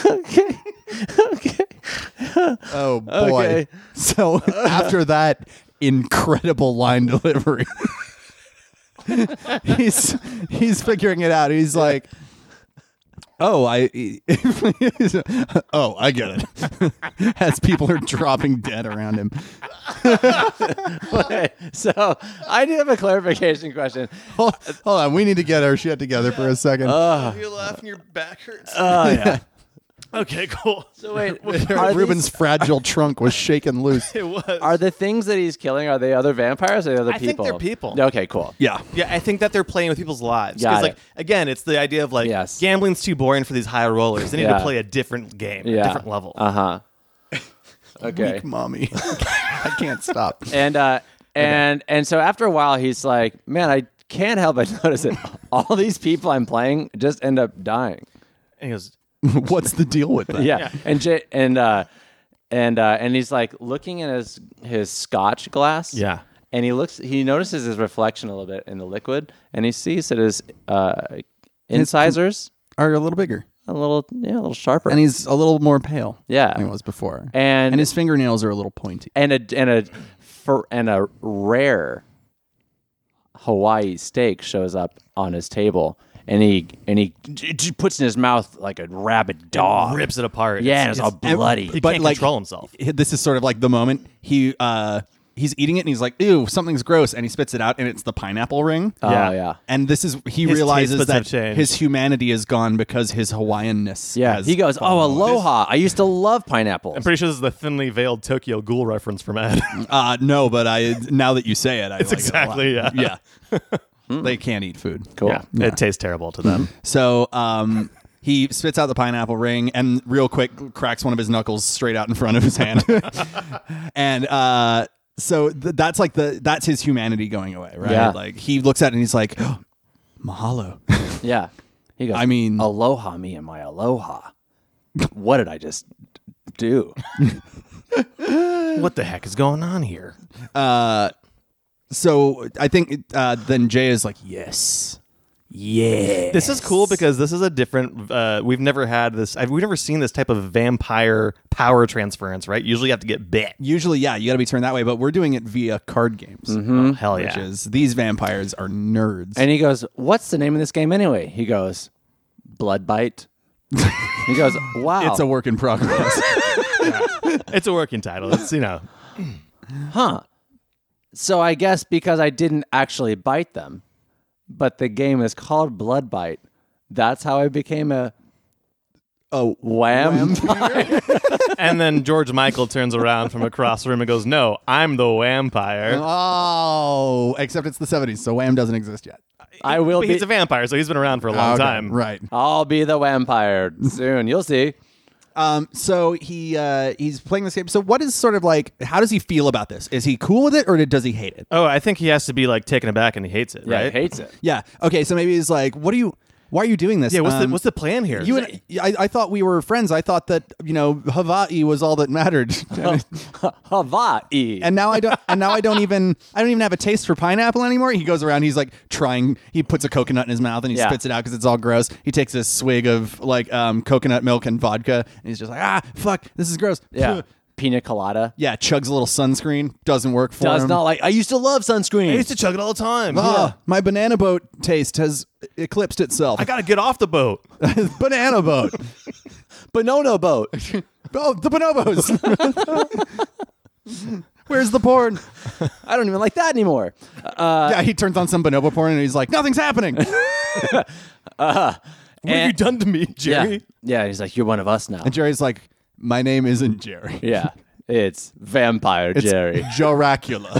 S1: okay. okay.
S2: Oh boy!
S1: Okay.
S2: So after that incredible line delivery, he's he's figuring it out. He's like, "Oh, I oh I get it." As people are dropping dead around him,
S1: Okay. So I do have a clarification question.
S2: hold, hold on, we need to get our shit together for a second.
S3: You're laughing, your back hurts.
S1: Oh yeah.
S3: Uh, okay, cool.
S1: So wait,
S2: Her-
S1: are,
S2: Ruben's
S1: these,
S2: fragile trunk was shaken loose.
S3: It was.
S1: are the things that he's killing are they other vampires or the other
S3: I think
S1: people?
S3: they're people.
S1: Okay, cool.
S2: Yeah,
S3: Yeah, I think that they're playing with people's lives.
S1: Got
S3: Because, like,
S1: it.
S3: again, it's the idea of like
S1: Yes.
S3: gambling's too boring for these high rollers. They need
S1: Yeah.
S3: to play a different game,
S1: Yeah.
S3: a different level.
S1: Uh huh. Okay.
S2: weak mommy. I can't stop.
S1: and uh, and and so after a while, he's like, "Man, I can't help but notice it. All these people I'm playing just end up dying."
S3: and he goes,
S2: What's the deal with that?
S1: Yeah, and J- and uh, and uh, and he's like looking at his his scotch glass.
S3: Yeah.
S1: and he looks. He notices his reflection a little bit in the liquid, and he sees that his uh, incisors
S2: are a little bigger.
S1: a little yeah a little sharper.
S2: and he's a little more pale
S1: Yeah.
S2: than he was before
S1: And-
S2: and his fingernails are a little pointy
S1: and a and a for, and a rare Hawaii steak shows up on his table, and he and he j- j- puts in his mouth like a rabid dog.
S3: rips it apart.
S1: Yeah, and it's, all bloody.
S3: He
S2: But,
S3: can't
S2: like-
S3: control himself.
S2: this is sort of like the moment he uh he's eating it and he's like ew something's gross and he spits it out and it's the pineapple ring
S1: oh
S3: yeah.
S1: yeah,
S2: and this is he
S3: taste
S2: realizes
S3: buds
S2: that
S3: have changed.
S2: his humanity is gone because his hawaiianness
S1: yeah.
S2: has
S1: He goes, "Oh,
S2: fallen away."
S1: aloha! I used to love pineapples."
S3: I'm pretty sure this is the thinly veiled Tokyo Ghoul reference from Ed.
S2: uh no but i now that you say it i like
S3: exactly,
S2: it a lot.
S3: yeah. Hmm.
S2: yeah they can't eat food
S1: cool.
S3: yeah, it tastes terrible to them.
S2: So um, he spits out the pineapple ring and real quick cracks one of his knuckles straight out in front of his hand. and uh, so th- that's like the that's his humanity going away, right?
S1: Yeah.
S2: Like he looks at it and he's like, oh, "Mahalo."
S1: Yeah. He goes,
S2: I mean-
S1: aloha me and my aloha. What did I just do?
S3: what the heck is going on here?
S2: so I think uh, then Jay is like, "Yes, yeah."
S3: This is cool because this is a different. Uh, we've never had this. I've, we've never seen this type of vampire power transference, right? Usually, you have to get bit.
S2: Usually, yeah, you got to be turned that way, but we're doing it via card games.
S1: Mm-hmm.
S3: Oh, hell
S2: Which
S3: yeah!
S2: is these vampires are nerds.
S1: And he goes, What's the name of this game anyway? He goes, Bloodbite. he goes, Wow.
S3: oh.
S2: it's a work in progress.
S3: it's a working title. It's you know,
S1: so I guess because I didn't actually bite them, but the game is called Bloodbite, that's how I became a
S2: oh,
S1: wham.
S3: and then George Michael turns around from across the room and goes, "No, I'm the vampire."
S2: Oh, except it's the 70s, so Wham doesn't exist yet.
S1: I will
S3: But
S1: be.
S3: he's a vampire, so he's been around for a long
S2: Okay,
S3: time.
S2: Right.
S1: I'll be the vampire soon. You'll see.
S2: Um, so he uh, he's playing this game. So what is sort of like how does he feel about this? Is he cool with it or does he hate it?
S3: Oh, I think he has to be like taken aback, and he hates it.
S1: Yeah,
S3: right?
S1: he hates it.
S2: Yeah. Okay, so maybe he's like, What are you why are you doing this?
S3: Yeah, what's the
S2: Um,
S3: what's the plan here?
S2: you and I, I thought we were friends. I thought that you know Hawaii was all that mattered,
S1: Hawaii.
S2: and now I don't. And now I don't even. I don't even have a taste for pineapple anymore. He goes around. He's like trying. He puts a coconut in his mouth and he
S1: Yeah.
S2: spits it out because it's all gross. He takes a swig of like um, coconut milk and vodka, and he's just like, ah, fuck, this is gross.
S1: yeah. Pina colada.
S2: Yeah, chugs a little sunscreen. Doesn't work for
S1: Does
S2: him.
S1: not like. I used to love sunscreen.
S3: I used to chug it all the time.
S2: Ah, my banana boat taste has eclipsed itself.
S3: I gotta get off the boat.
S2: banana boat.
S1: Bonono boat.
S2: oh, the bonobos. Where's the porn?
S1: I don't even like that anymore. Uh,
S2: yeah, he turns on some bonobo porn and he's like, nothing's happening.
S3: What have you done to me, Jerry?
S1: Uh-huh. Yeah. Yeah. He's like, you're one of us now.
S2: and Jerry's like, my name isn't Jerry.
S1: Yeah. It's Vampire
S2: It's
S1: Jerry.
S2: Joracula.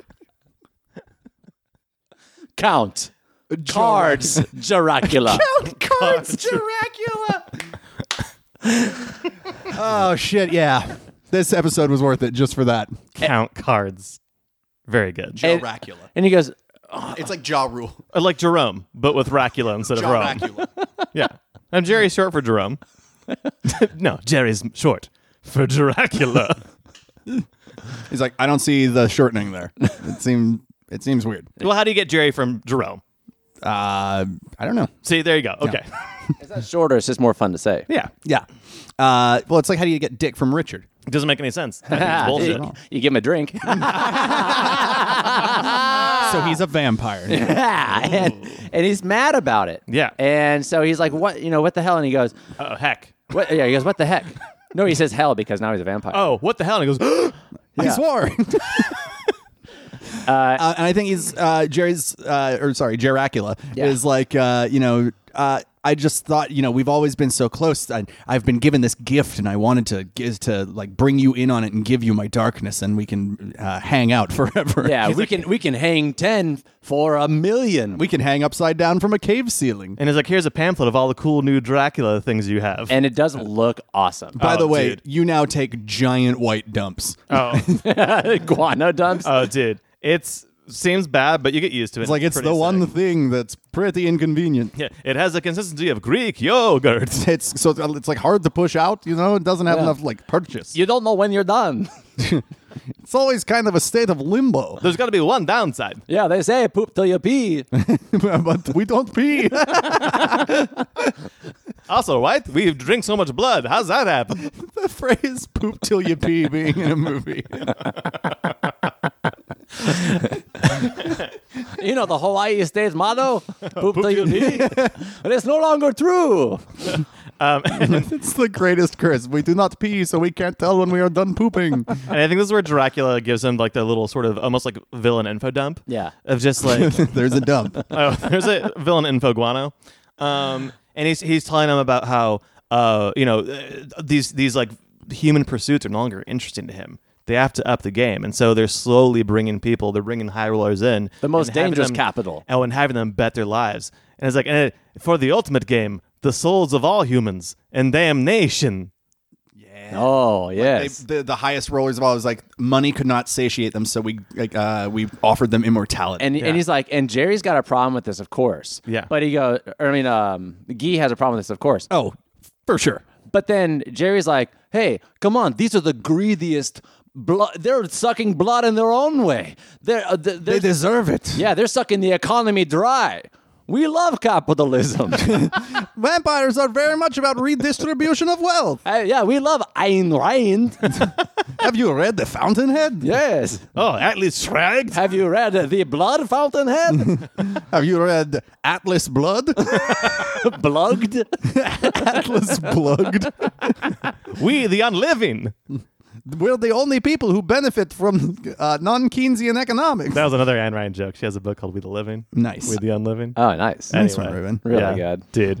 S1: Count. Cards. Jaracula.
S2: Cards Joracula. oh shit, yeah. This episode was worth it just for that.
S3: Count cards. Very good.
S1: And- And he goes,
S2: It's like Jaw Rule.
S3: Uh, like Jerome, but with Racula instead of Rome. Yeah. And Jerry's short for Jerome. no, Jerry's short for Dracula.
S2: He's like, I don't see the shortening there. It seemed It seems weird.
S3: Well, how do you get Jerry from Jerome?
S2: Uh, I don't know.
S3: See, there you go. Okay.
S1: It's not shorter. It's just more fun to say.
S3: Yeah.
S2: Yeah. Uh, well, it's like how do you get Dick from Richard?
S3: It doesn't make any sense. I think
S1: Ah,
S3: it's bullshit.
S1: you, you give him a drink.
S2: So he's a vampire.
S1: and, and he's mad about it.
S3: Yeah.
S1: And so he's like, "What? You know, what the hell?" And he goes,
S3: Oh, heck.
S1: "What?" Yeah, he goes, "What the heck?" No, he says hell because now he's a vampire.
S3: Oh, what the hell? And he goes,
S2: I swore. Uh, and I think he's uh, Jerry's, uh, or sorry, Jeracula
S1: Yeah.
S2: is like, uh, you know, uh, I just thought, you know, we've always been so close. I, I've been given this gift, and I wanted to give to like bring you in on it and give you my darkness, and we can uh, hang out forever.
S1: Yeah, we can we can hang ten for a million.
S2: we can hang upside down from a cave ceiling.
S3: and he's like, here's a pamphlet of all the cool new Dracula things you have.
S1: and it doesn't look awesome.
S2: By the way,
S3: dude.
S2: you now take giant white dumps.
S3: oh,
S1: Guano dumps.
S3: oh, dude. It's seems bad, but you get used to it.
S2: It's like it's
S3: pretty
S2: the one
S3: acidic.
S2: thing that's pretty inconvenient.
S3: Yeah, it has the consistency of Greek yogurt.
S2: It's so it's like hard to push out. You know, it doesn't have
S1: Yeah.
S2: enough like purchase.
S1: you don't know when you're done.
S2: It's always kind of a state of limbo,
S3: There's got to be one downside.
S1: Yeah, they say poop till you pee.
S2: but we don't pee.
S3: Also, right? We drink so much blood. How's that happen?
S2: the phrase "poop till you pee" being in a movie.
S1: you know the Hawaii state's motto, poop till you pee. but it's no longer true.
S2: it's the greatest curse. We do not pee, so we can't tell when we are done pooping.
S3: And I think this is where Dracula gives him like the little sort of almost like villain info dump.
S1: Yeah.
S3: Of just like,
S2: There's a dump.
S3: oh, there's a villain info guano. Um, and he's, he's telling him about how, uh, you know, uh, these, these like human pursuits are no longer interesting to him. They have to up the game. And so they're slowly bringing people, they're bringing high rollers in.
S1: The most
S3: and having
S1: dangerous
S3: them-
S1: capital.
S3: Oh, and having them bet their lives. And it's like, and it, for the ultimate game, the souls of all humans and damnation.
S1: Oh
S2: They,
S1: yes.
S2: the, the highest rollers of all is like money could not satiate them, so we like uh, we offered them immortality.
S1: and, and he's like, and Jerry's got a problem with this, of course.
S3: Yeah.
S1: But he goes, I mean, um, Gee has a problem with this, of course.
S2: oh, for sure.
S1: But then Jerry's like, hey, come on, these are the greediest. Blood. They're sucking blood in their own way. They're, uh, th-
S2: They
S1: they're
S2: deserve it.
S1: Yeah, they're sucking the economy dry. We love capitalism.
S2: Vampires are very much about redistribution of wealth.
S1: Uh, yeah, we love Ayn Rand.
S2: Have you read The Fountainhead?
S1: yes.
S3: Oh, at least shrugged.
S1: Have you read uh, The Blood Fountainhead?
S2: Have you read Atlas Blood?
S1: Blugged?
S2: Atlas Blood.
S3: We, the unliving.
S2: We're the only people who benefit from uh, non Keynesian economics.
S3: That was another Anne Ryan joke. She has a book called We the Living.
S2: Nice.
S3: We the Unliving.
S1: Oh, nice.
S2: Nice one, Ruben.
S1: Really good.
S3: Dude,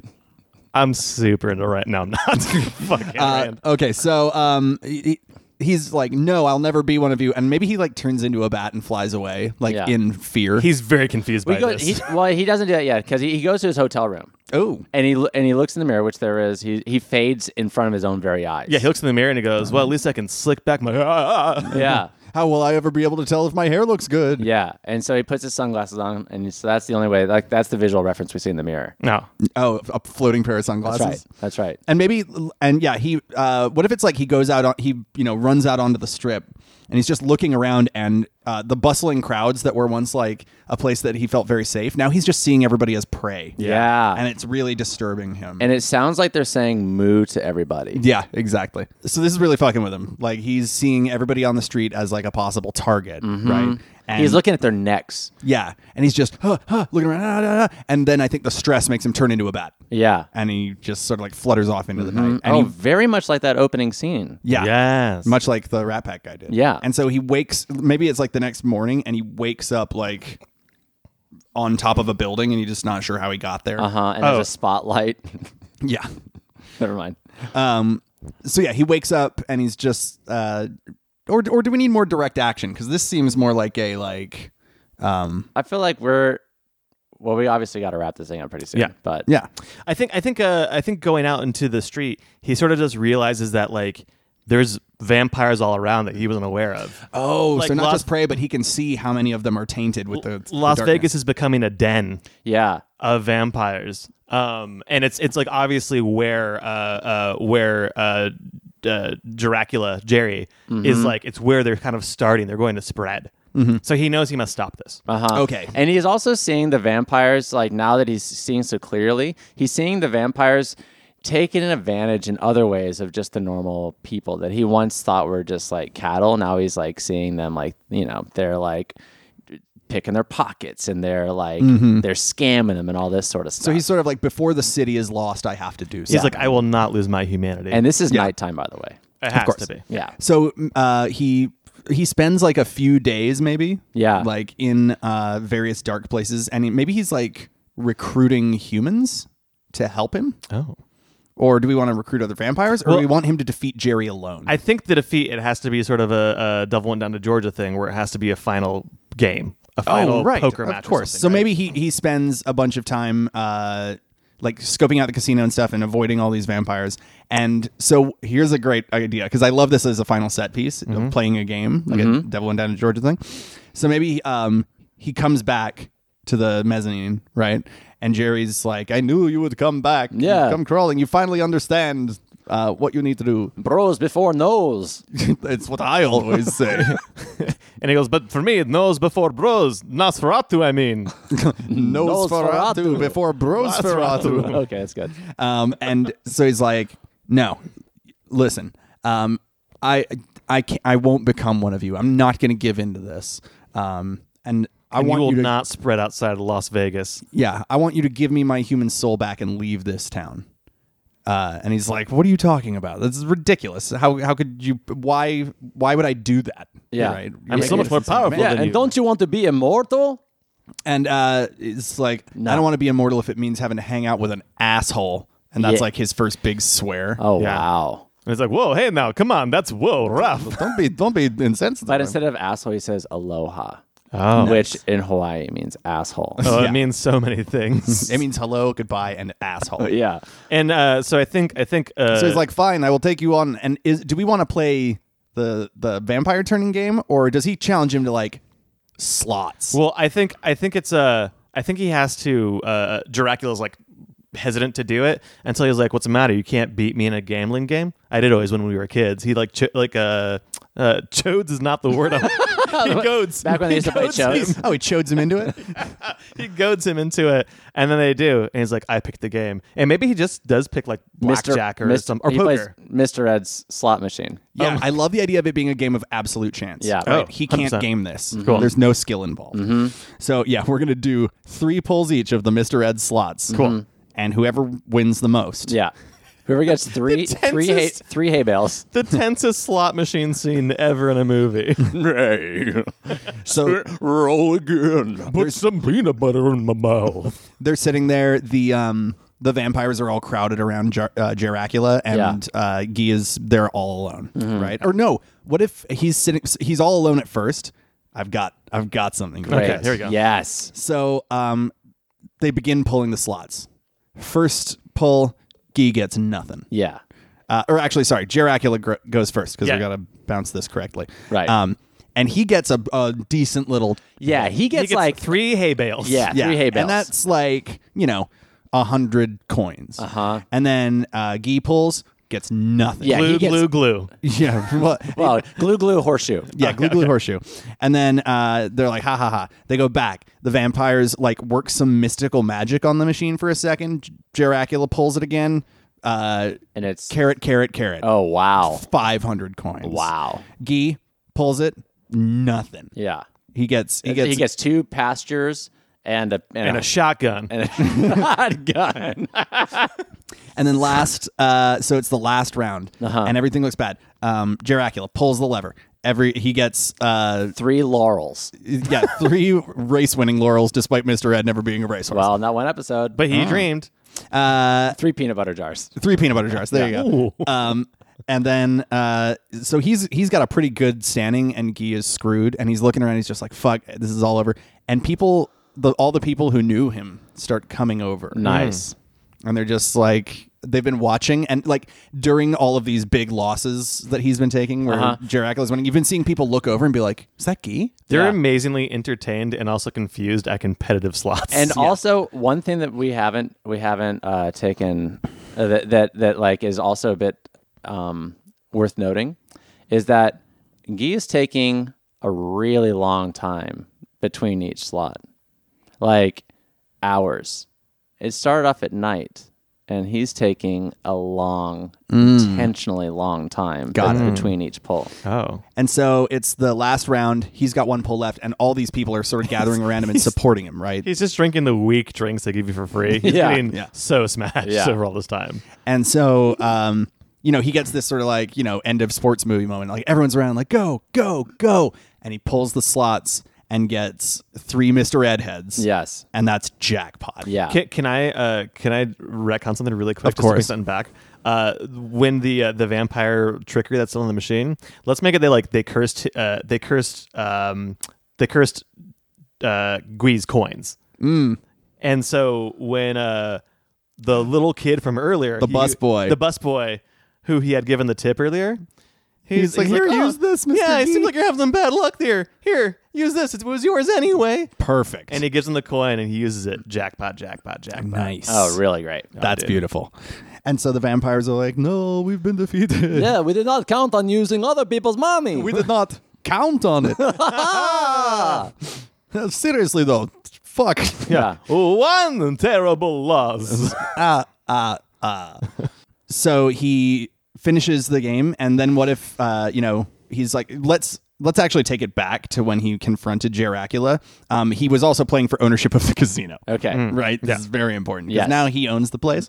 S3: I'm super into right now. I'm not. Fuck Ayn
S2: Uh,
S3: Rand.
S2: okay, so um, he, he's like, "No, I'll never be one of you," and maybe he like turns into a bat and flies away, like
S1: Yeah.
S2: in fear.
S3: He's very confused
S1: We
S3: by
S1: go,
S3: this.
S1: he, well, he doesn't do that yet because he, he goes to his hotel room
S2: oh,
S1: and he lo- and he looks in the mirror, which there is. He he fades in front of his own very eyes.
S3: yeah, he looks in the mirror and he goes, well, at least I can slick back my... ah,
S1: yeah,
S2: how will I ever be able to tell if my hair looks good?
S1: yeah. And so he puts his sunglasses on, and so that's the only way. Like that's the visual reference we see in the mirror.
S3: No.
S2: Oh, a floating pair of sunglasses.
S1: That's right. That's right.
S2: and maybe and yeah he uh what if it's like he goes out on he you know runs out onto the strip and he's just looking around and uh, the bustling crowds that were once like a place that he felt very safe now he's just seeing everybody as prey
S1: Yeah.
S2: and it's really disturbing him
S1: And it sounds like they're saying "moo" to everybody.
S2: yeah exactly so this is really fucking with him like he's seeing everybody on the street as like a possible target right and
S1: Mm-hmm. He's looking at their necks.
S2: yeah and he's just huh, huh, looking around ah, ah, ah. and then i think the stress makes him turn into a bat
S1: Yeah.
S2: and he just sort of like flutters off into the night and
S1: oh,
S2: he
S1: very much like that opening scene.
S2: yeah
S3: Yes.
S2: much like the Rat Pack guy did.
S1: Yeah.
S2: And so he wakes. Maybe it's like the next morning, and he wakes up like on top of a building, and he's just not sure how he got there.
S1: Uh huh. And
S3: Oh.
S1: there's a spotlight.
S2: Yeah.
S1: Never mind.
S2: Um. So yeah, he wakes up, and he's just. Uh, or or do we need more direct action? Because this seems more like a like. Um.
S1: I feel like we're. Well, we obviously got to wrap this thing up pretty soon.
S3: Yeah.
S1: But
S2: Yeah.
S3: I think I think uh, I think going out into the street, he sort of just realizes that like there's vampires all around that he wasn't aware of.
S2: Oh,
S3: Like
S2: so not
S3: Las-
S2: just prey, but he can see how many of them are tainted with the the
S3: Las
S2: darkness.
S3: Vegas is becoming a den.
S1: yeah.
S3: of vampires. Um, and it's it's like obviously where uh, uh, where uh,
S2: Mm-hmm.
S3: uh, Dracula Jerry is like it's where they're kind of starting. They're going to spread. So he knows he must stop this.
S1: Uh-huh.
S2: Okay.
S1: And he's also seeing the vampires, like now that he's seeing so clearly, he's seeing the vampires taking advantage in other ways of just the normal people that he once thought were just like cattle. Now he's like seeing them like, you know, they're like picking their pockets and they're like they're scamming them and all this sort of stuff.
S2: Mm-hmm. So he's sort of like, before the city is lost, I have to do something.
S3: He's like, I will not lose my humanity.
S1: and this is nighttime by the way.
S3: it has
S2: course.
S3: to be.
S1: Yeah.
S2: So uh, he he spends like a few days, maybe.
S1: Yeah.
S2: Like in uh, various dark places, and he, maybe he's like recruiting humans to help him,
S3: Oh.
S2: or do we want to recruit other vampires, or do we want him to defeat Jerry alone?
S3: I think the defeat it has to be sort of a, a devil went down to Georgia thing where it has to be a final game, a final poker match.
S2: Oh, Of course. So maybe he he spends a bunch of time uh like scoping out the casino and stuff and avoiding all these vampires. And so here's a great idea because I love this as a final set piece
S3: Mm-hmm.
S2: of playing a game like a Devil and Down to Georgia thing. So maybe um he comes back to the mezzanine, right? And Jerry's like, "I knew you would come back. You
S1: Yeah.
S2: come crawling. You finally understand uh, what you need to do."
S1: Bros before nose.
S2: it's what I always say.
S3: and he goes, but for me, nose before bros, Nosferatu. I mean,
S2: Nosferatu
S1: Nosferatu.
S2: before Brosferatu.
S1: okay, that's good.
S2: Um, and so he's like, "No, listen, um, I, I, can't, I won't become one of you. I'm not going to give in to this. Um, and I
S3: and you
S2: want
S3: will
S2: you to,
S3: not spread outside of Las Vegas.
S2: yeah, I want you to give me my human soul back and leave this town." Uh, and he's like, "What are you talking about? This is ridiculous. How how could you? Why why would I do that?
S1: Yeah.
S2: right?
S3: I'm so much more powerful
S1: Yeah,
S3: than
S1: and
S3: you.
S1: don't you want to be immortal?
S2: And uh, it's like, I don't want to be immortal if it means having to hang out with an asshole. And that's
S1: Yeah.
S2: like his first big swear.
S1: Oh
S3: Yeah.
S1: wow.
S3: And it's like, whoa, hey now, come on, that's whoa, rough.
S2: Don't be don't be insensitive.
S1: But instead of asshole, he says aloha,
S3: Oh,
S1: which in Hawaii means asshole.
S3: Oh,
S2: Yeah.
S3: it means so many things.
S2: It means hello, goodbye, and asshole.
S1: yeah.
S3: and uh, so I think I think uh,
S2: So he's like, fine, I will take you on. And is do we want to play the the vampire turning game, or does he challenge him to like slots?
S3: Well, I think I think it's uh, I think he has to. Uh, Dracula's like hesitant to do it until he's like, "What's the matter? You can't beat me in a gambling game." I did always when we were kids. He like ch- like uh, uh, chodes is not the word. I'm, he goads.
S1: Back when they
S3: he
S1: used to play
S3: goads
S1: chodes.
S3: him-
S2: oh, he chodes him into it.
S3: he goads him into it, and then they do, and he's like, "I picked the game," and maybe he just does pick like blackjack or
S1: Mr.
S3: some or
S1: he
S3: poker.
S1: plays Mr. Ed's slot machine.
S2: Yeah, I love the idea of it being a game of absolute chance.
S1: Yeah.
S2: right?
S1: Oh,
S2: he can't
S3: 100%.
S2: game this. There's no skill involved. So yeah, we're gonna do three pulls each of the Mister Ed slots. Cool. And whoever wins the most.
S1: Yeah. Whoever gets three three hay,
S3: tensest-
S1: three hay bales.
S3: the tensest slot machine scene ever in a movie.
S2: So
S5: Roll again.
S3: Put some peanut butter in my mouth.
S2: they're sitting there. The um the vampires are all crowded around Jar- uh, Jaracula, and uh, Guy is there all alone,
S3: Mm-hmm.
S2: right? Or no? What if he's sitting? He's all alone at first. I've got I've got something. for you
S1: Right.
S2: guys.
S3: here we go.
S1: Yes.
S2: So um, they begin pulling the slots. First pull, Guy gets nothing.
S1: Yeah.
S2: Uh, or actually, sorry, Jaracula gr- goes first because
S3: Yeah.
S2: we got to bounce this correctly.
S1: Right.
S2: Um, and he gets a, a decent little
S1: Yeah. He gets,
S3: He gets
S1: like
S3: like three hay bales.
S1: yeah, three hay bales.
S2: And that's like, you know, a hundred coins.
S1: Uh-huh.
S2: And then uh Guy pulls, gets nothing.
S1: Yeah,
S3: glue,
S1: he gets-
S3: glue, glue.
S2: yeah. Well,
S1: well, glue glue horseshoe.
S2: yeah, glue glue horseshoe. And then uh they're like, ha ha ha. They go back. The vampires like work some mystical magic on the machine for a second. J- Jaracula pulls it again. Uh
S1: And it's
S2: carrot, carrot, carrot.
S1: oh wow.
S2: Five hundred coins.
S1: Wow.
S2: Guy pulls it, nothing.
S1: Yeah. Uh,
S2: He gets he
S1: He
S2: gets
S1: gets, two pastures and a and,
S3: And
S1: a,
S3: a shotgun.
S1: and a shotgun.
S2: And then last, uh, so it's the last round,
S1: Uh-huh.
S2: and everything looks bad. Um, Jaracula pulls the lever. Every he gets, uh,
S1: Three laurels.
S2: yeah, three race-winning laurels, despite Mister Ed never being a racehorse.
S1: Well, not one episode,
S3: but he dreamed.
S2: uh,
S1: three peanut butter jars.
S2: three peanut butter jars. There you go. Um, and then, uh, so he's he's got a pretty good standing, and Guy is screwed, and he's looking around. He's just like, "Fuck, this is all over." And people, the all the people who knew him start coming over.
S1: Nice.
S2: and they're just like they've been watching and like during all of these big losses that he's been taking where
S1: Uh-huh.
S2: Jaracula's winning you've been seeing people look over and be like is that Guy?
S3: They're
S1: Yeah.
S3: amazingly entertained and also confused at competitive slots.
S1: And also one thing that we haven't we haven't uh, taken uh, that that that like is also a bit um, worth noting is that Guy is taking a really long time between each slot, like hours. It started off at night, and he's taking a long, intentionally long time
S2: Mm. Got
S1: be-
S2: it.
S1: between each pull.
S3: Oh.
S2: And so it's the last round. He's got one pull left, and all these people are sort of gathering around him and supporting him, right?
S3: He's just drinking the weak drinks they give you for free. He's
S1: Yeah,
S3: getting
S2: yeah.
S3: so smashed
S1: Yeah.
S3: over all this time.
S2: And so, um, you know, he gets this sort of like, you know, end of sports movie moment. Like everyone's around, like, go, go, go. And he pulls the slots and gets three Mr. Edheads.
S1: Yes.
S2: And that's jackpot.
S1: Yeah.
S3: Can, can I uh, can I retcon something really quick?
S2: Of
S3: just to bring
S2: course.
S3: something back. Uh, when the uh, the vampire trickery that's still in the machine, let's make it they like they cursed uh, they cursed um, they cursed uh, Gui's coins.
S2: Mm.
S3: And so when uh, the little kid from earlier,
S2: The
S3: he-
S2: busboy.
S3: the busboy, who he had given the tip earlier, he's,
S2: like, "Here, use this, Mr.
S3: Yeah, it
S2: Gee."
S3: seems like you're having some bad luck there. Here, use this. It was yours anyway.
S2: Perfect.
S3: And he gives him the coin, and he uses it. Jackpot! Jackpot! Jackpot!
S2: nice.
S1: Oh, really great.
S2: That's beautiful. And so the vampires are like, no, we've been defeated.
S1: Yeah, we did not count on using other people's money.
S2: We did not count on it. Seriously, though. Fuck.
S1: yeah.
S3: One terrible loss.
S2: so he finishes the game and then what if uh you know he's like let's let's actually take it back to when he confronted Jeracula. um he was also playing for ownership of the casino
S1: Okay. Hmm.
S2: right this is very important because
S1: Yes.
S2: now he owns the place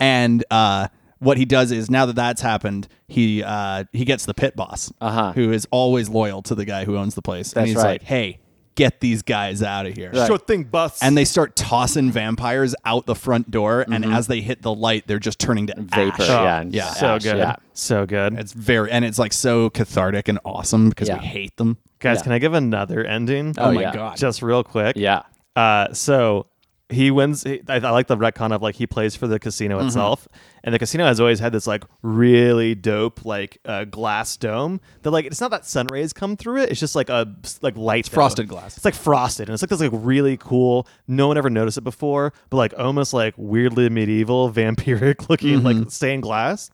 S2: and uh what he does is now that that's happened he uh he gets the pit boss
S1: Uh-huh.
S2: who is always loyal to the guy who owns the place and
S1: That's
S2: he's
S1: right.
S2: like hey get these guys out of here
S3: Sure thing, boss.
S2: and they start tossing vampires out the front door and as they hit the light they're just turning to
S1: Mm-hmm. Vapor.
S2: ash.
S1: yeah. and
S2: Oh, Yeah.
S3: so
S1: ash,
S3: good,
S1: Yeah.
S3: so good.
S2: It's very and it's like so cathartic and awesome because
S1: Yeah.
S2: we hate them.
S3: Guys,
S1: yeah.
S3: can I give another ending?
S1: Oh, Oh my yeah.
S2: God.
S3: Just real quick.
S1: Yeah.
S3: Uh, so he wins. He, I, I like the retcon of like he plays for the casino itself, and the casino has always had this like really dope like uh, glass dome that like it's not that sun rays come through it. It's just like a like light dome.
S2: frosted glass.
S3: It's like frosted, and it's like this like really cool. No one ever noticed it before, but like almost like weirdly medieval vampiric looking
S2: Mm-hmm.
S3: like stained glass.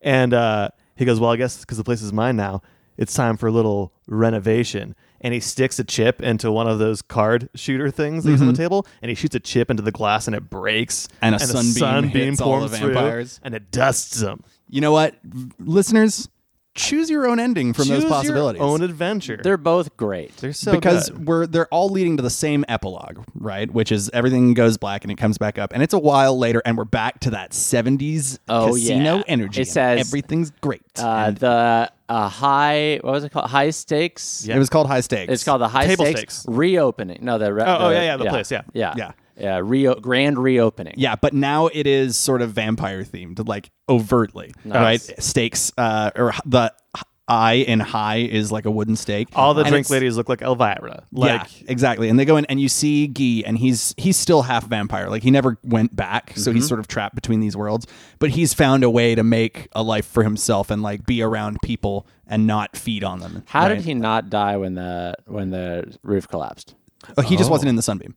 S3: And uh, he goes, "Well, I guess because the place is mine now, it's time for a little renovation." And he sticks a chip into one of those card shooter things that he's on the table, and he shoots a chip into the glass, and it breaks,
S2: Mm-hmm. And a sunbeam hits all the
S3: forms through,
S2: vampires.
S3: and it dusts them.
S2: You know what, v- listeners, choose your own ending from
S3: Choose
S2: those
S3: your
S2: possibilities.
S3: own adventure.
S1: They're both great.
S3: They're so
S2: because
S3: good.
S2: we're they're all leading to the same epilogue, right? Which is everything goes black and it comes back up, and it's a while later, and we're back to that '70s
S1: Oh,
S2: casino
S1: yeah.
S2: energy.
S1: It
S2: and
S1: says-
S2: everything's great.
S1: Uh, the uh, high, what was it called? High stakes.
S2: It was called High Stakes.
S1: It's called the high
S3: Table
S1: stakes,
S3: stakes.
S1: reopening. No, the, re-
S3: Oh, oh, yeah, yeah, the place, yeah.
S1: yeah,
S2: Yeah.
S1: yeah. Reo- grand reopening.
S2: Yeah, but now it is sort of vampire themed, like overtly, right? Stakes, uh, or h- the h- eye in high is like a wooden stake.
S3: all the
S2: And
S3: drink
S2: it's-
S3: ladies look like Elvira. Like
S2: yeah, exactly. And they go in, and you see Guy, and he's he's still half vampire. Like he never went back, so he's sort of trapped between these worlds. But he's found a way to make a life for himself and like be around people and not feed on them.
S1: How
S2: right?
S1: did he not die when the when the roof collapsed?
S2: Oh, he just wasn't in the sunbeam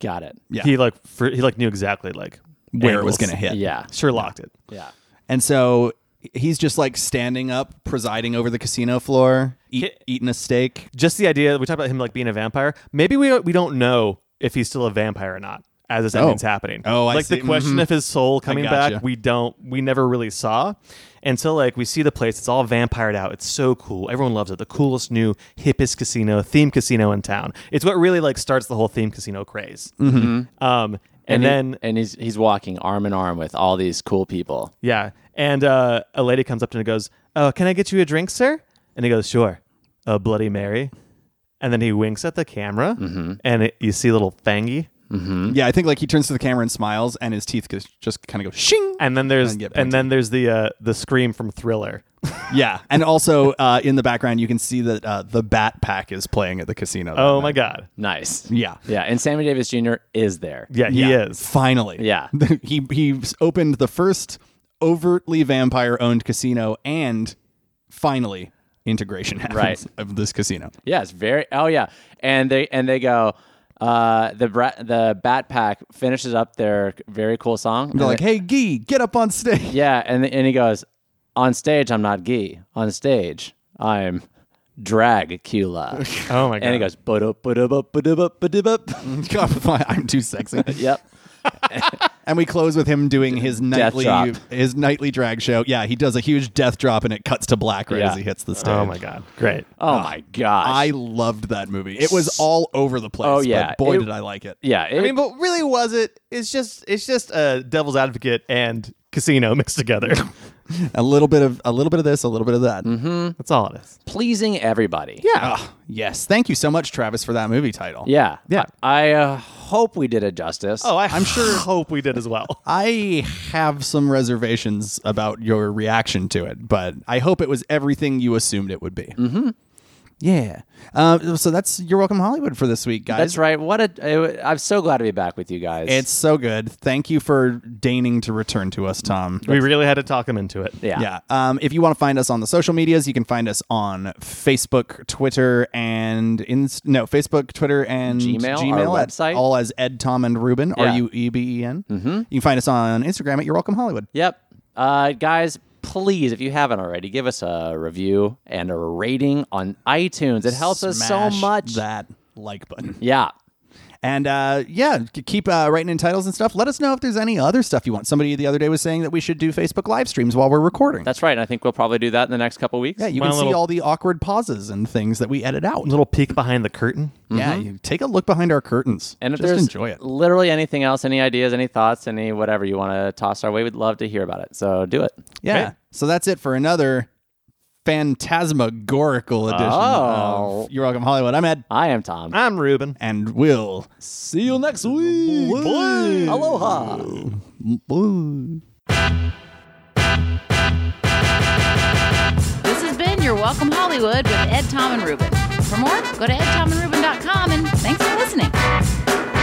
S1: Got it.
S2: Yeah.
S3: he like fr- he like knew exactly like
S2: where it was
S3: angles.
S2: going to hit.
S1: Yeah,
S3: Sherlocked it.
S1: yeah.
S2: and so he's just like standing up, presiding over the casino floor, eat,
S3: Ki-
S2: eating a steak.
S3: Just the idea we talked about him like being a vampire. Maybe we we don't know if he's still a vampire or not as this ending's happening.
S2: Oh, I
S3: like
S2: see.
S3: the question of his soul coming
S2: gotcha.
S3: back. We don't we never really saw. And so like we see the place, it's all vampired out. It's so cool. Everyone loves it. The coolest new hippest casino, theme casino in town. It's what really like starts the whole theme casino craze. Mm-hmm. Um, and,
S1: he-
S3: then
S1: and he's he's walking arm in arm with all these cool people.
S3: Yeah. And uh, a lady comes up to him and goes, Oh, can I get you a drink, sir? And he goes, Sure. A Bloody Mary. And then he winks at the camera and it, you see little fangy.
S1: Hmm?
S2: Yeah, I think like he turns to the camera and smiles, and his teeth goes- just kind of go shing.
S3: And then there's
S2: And get
S3: and, then there's the uh, the scream from Thriller.
S2: yeah, and also uh, in the background you can see that uh, the Bat Pack is playing at the casino. that
S3: Oh
S2: night.
S3: my god.
S1: Nice.
S2: Yeah.
S1: yeah. And Sammy Davis Jr. is there.
S3: Yeah, he
S2: Yeah,
S3: is.
S2: Finally.
S1: Yeah.
S2: he he opened the first overtly vampire owned casino and finally integration happens
S1: Right.
S2: of this casino.
S1: Yeah, it's very. Oh yeah, and they and they go. Uh, the bra- the Bat Pack finishes up their very cool song.
S2: They're
S1: and
S2: like,
S1: it-
S2: "Hey, Gee, get up on stage."
S1: yeah, and and he goes, on stage I'm not gay. On stage I'm Dragula.
S3: Oh my god!
S1: and he goes, "Ba-dup, ba-dup, ba-dup, ba-dup, ba-dup."
S2: God, I'm too sexy.
S1: yep.
S2: And we close with him doing his nightly
S1: drop.
S2: his nightly drag show. Yeah, he does a huge death drop and it cuts to black right
S1: Yeah.
S2: as he hits the stage.
S3: Oh my god! Great.
S1: Oh my gosh.
S2: I loved that movie. It was all over the place.
S1: Oh, yeah.
S2: but boy
S1: It-
S2: did I like it.
S1: yeah.
S3: I
S1: it-
S3: mean, but really, was it? It's just it's just uh, Devil's Advocate and Casino mixed together.
S2: A little bit of a little bit of this, a little bit of that.
S1: Mm-hmm.
S3: That's all it is.
S1: pleasing everybody.
S2: Yeah. Ah, yes. Thank you so much, Travis, for that movie title.
S1: Yeah.
S3: Yeah.
S1: I, I uh, hope we did it justice.
S3: Oh, I, am sure. Hope we did as well.
S2: I have some reservations about your reaction to it, but I hope it was everything you assumed it would be. Mm-hmm. Yeah. Uh, so that's You're Welcome Hollywood for this week, guys.
S1: That's right. What a! I, am so glad to be back with you guys.
S2: It's so good. Thank you for deigning to return to us, Tom.
S3: we really had to talk him into it.
S1: yeah.
S2: Yeah. Um, if you want to find us on the social medias, you can find us on Facebook, Twitter, and Inst- no Facebook, Twitter, and
S1: Gmail, our
S2: at-
S1: website.
S2: all as Ed, Tom, and Ruben.
S1: Yeah. Mm-hmm.
S2: R U E B E N. You can find us on Instagram at You're Welcome Hollywood.
S1: Yep. Uh, guys, please, if you haven't already, give us a review and a rating on iTunes. It helps us so
S2: Smash
S1: much.
S2: That like button.
S1: Yeah.
S2: And uh, yeah, c- keep uh, writing in titles and stuff. Let us know if there's any other stuff you want. Somebody the other day was saying that we should do Facebook live streams while we're recording.
S1: That's right. And I think we'll probably do that in the next couple weeks.
S2: yeah, you
S3: My
S2: can see
S3: little-
S2: all the awkward pauses and things that we edit out.
S3: Little peek behind the curtain.
S2: Yeah, you take a look behind our curtains
S1: Mm-hmm. and if
S2: just
S1: there's
S2: enjoy it.
S1: literally anything else, any ideas, any thoughts, any whatever you want to toss our way, we'd love to hear about it. So do it.
S2: Yeah.
S3: Okay.
S2: So that's it for another phantasmagorical edition
S1: Oh.
S2: of You're Welcome Hollywood. I'm Ed,
S1: I am Tom.
S3: I'm Ruben.
S2: and Will.
S1: See you next week. Aloha.
S4: This has been Your Welcome Hollywood with Ed, Tom, and Ruben. For more, go to edtomandruben.com and thanks for listening.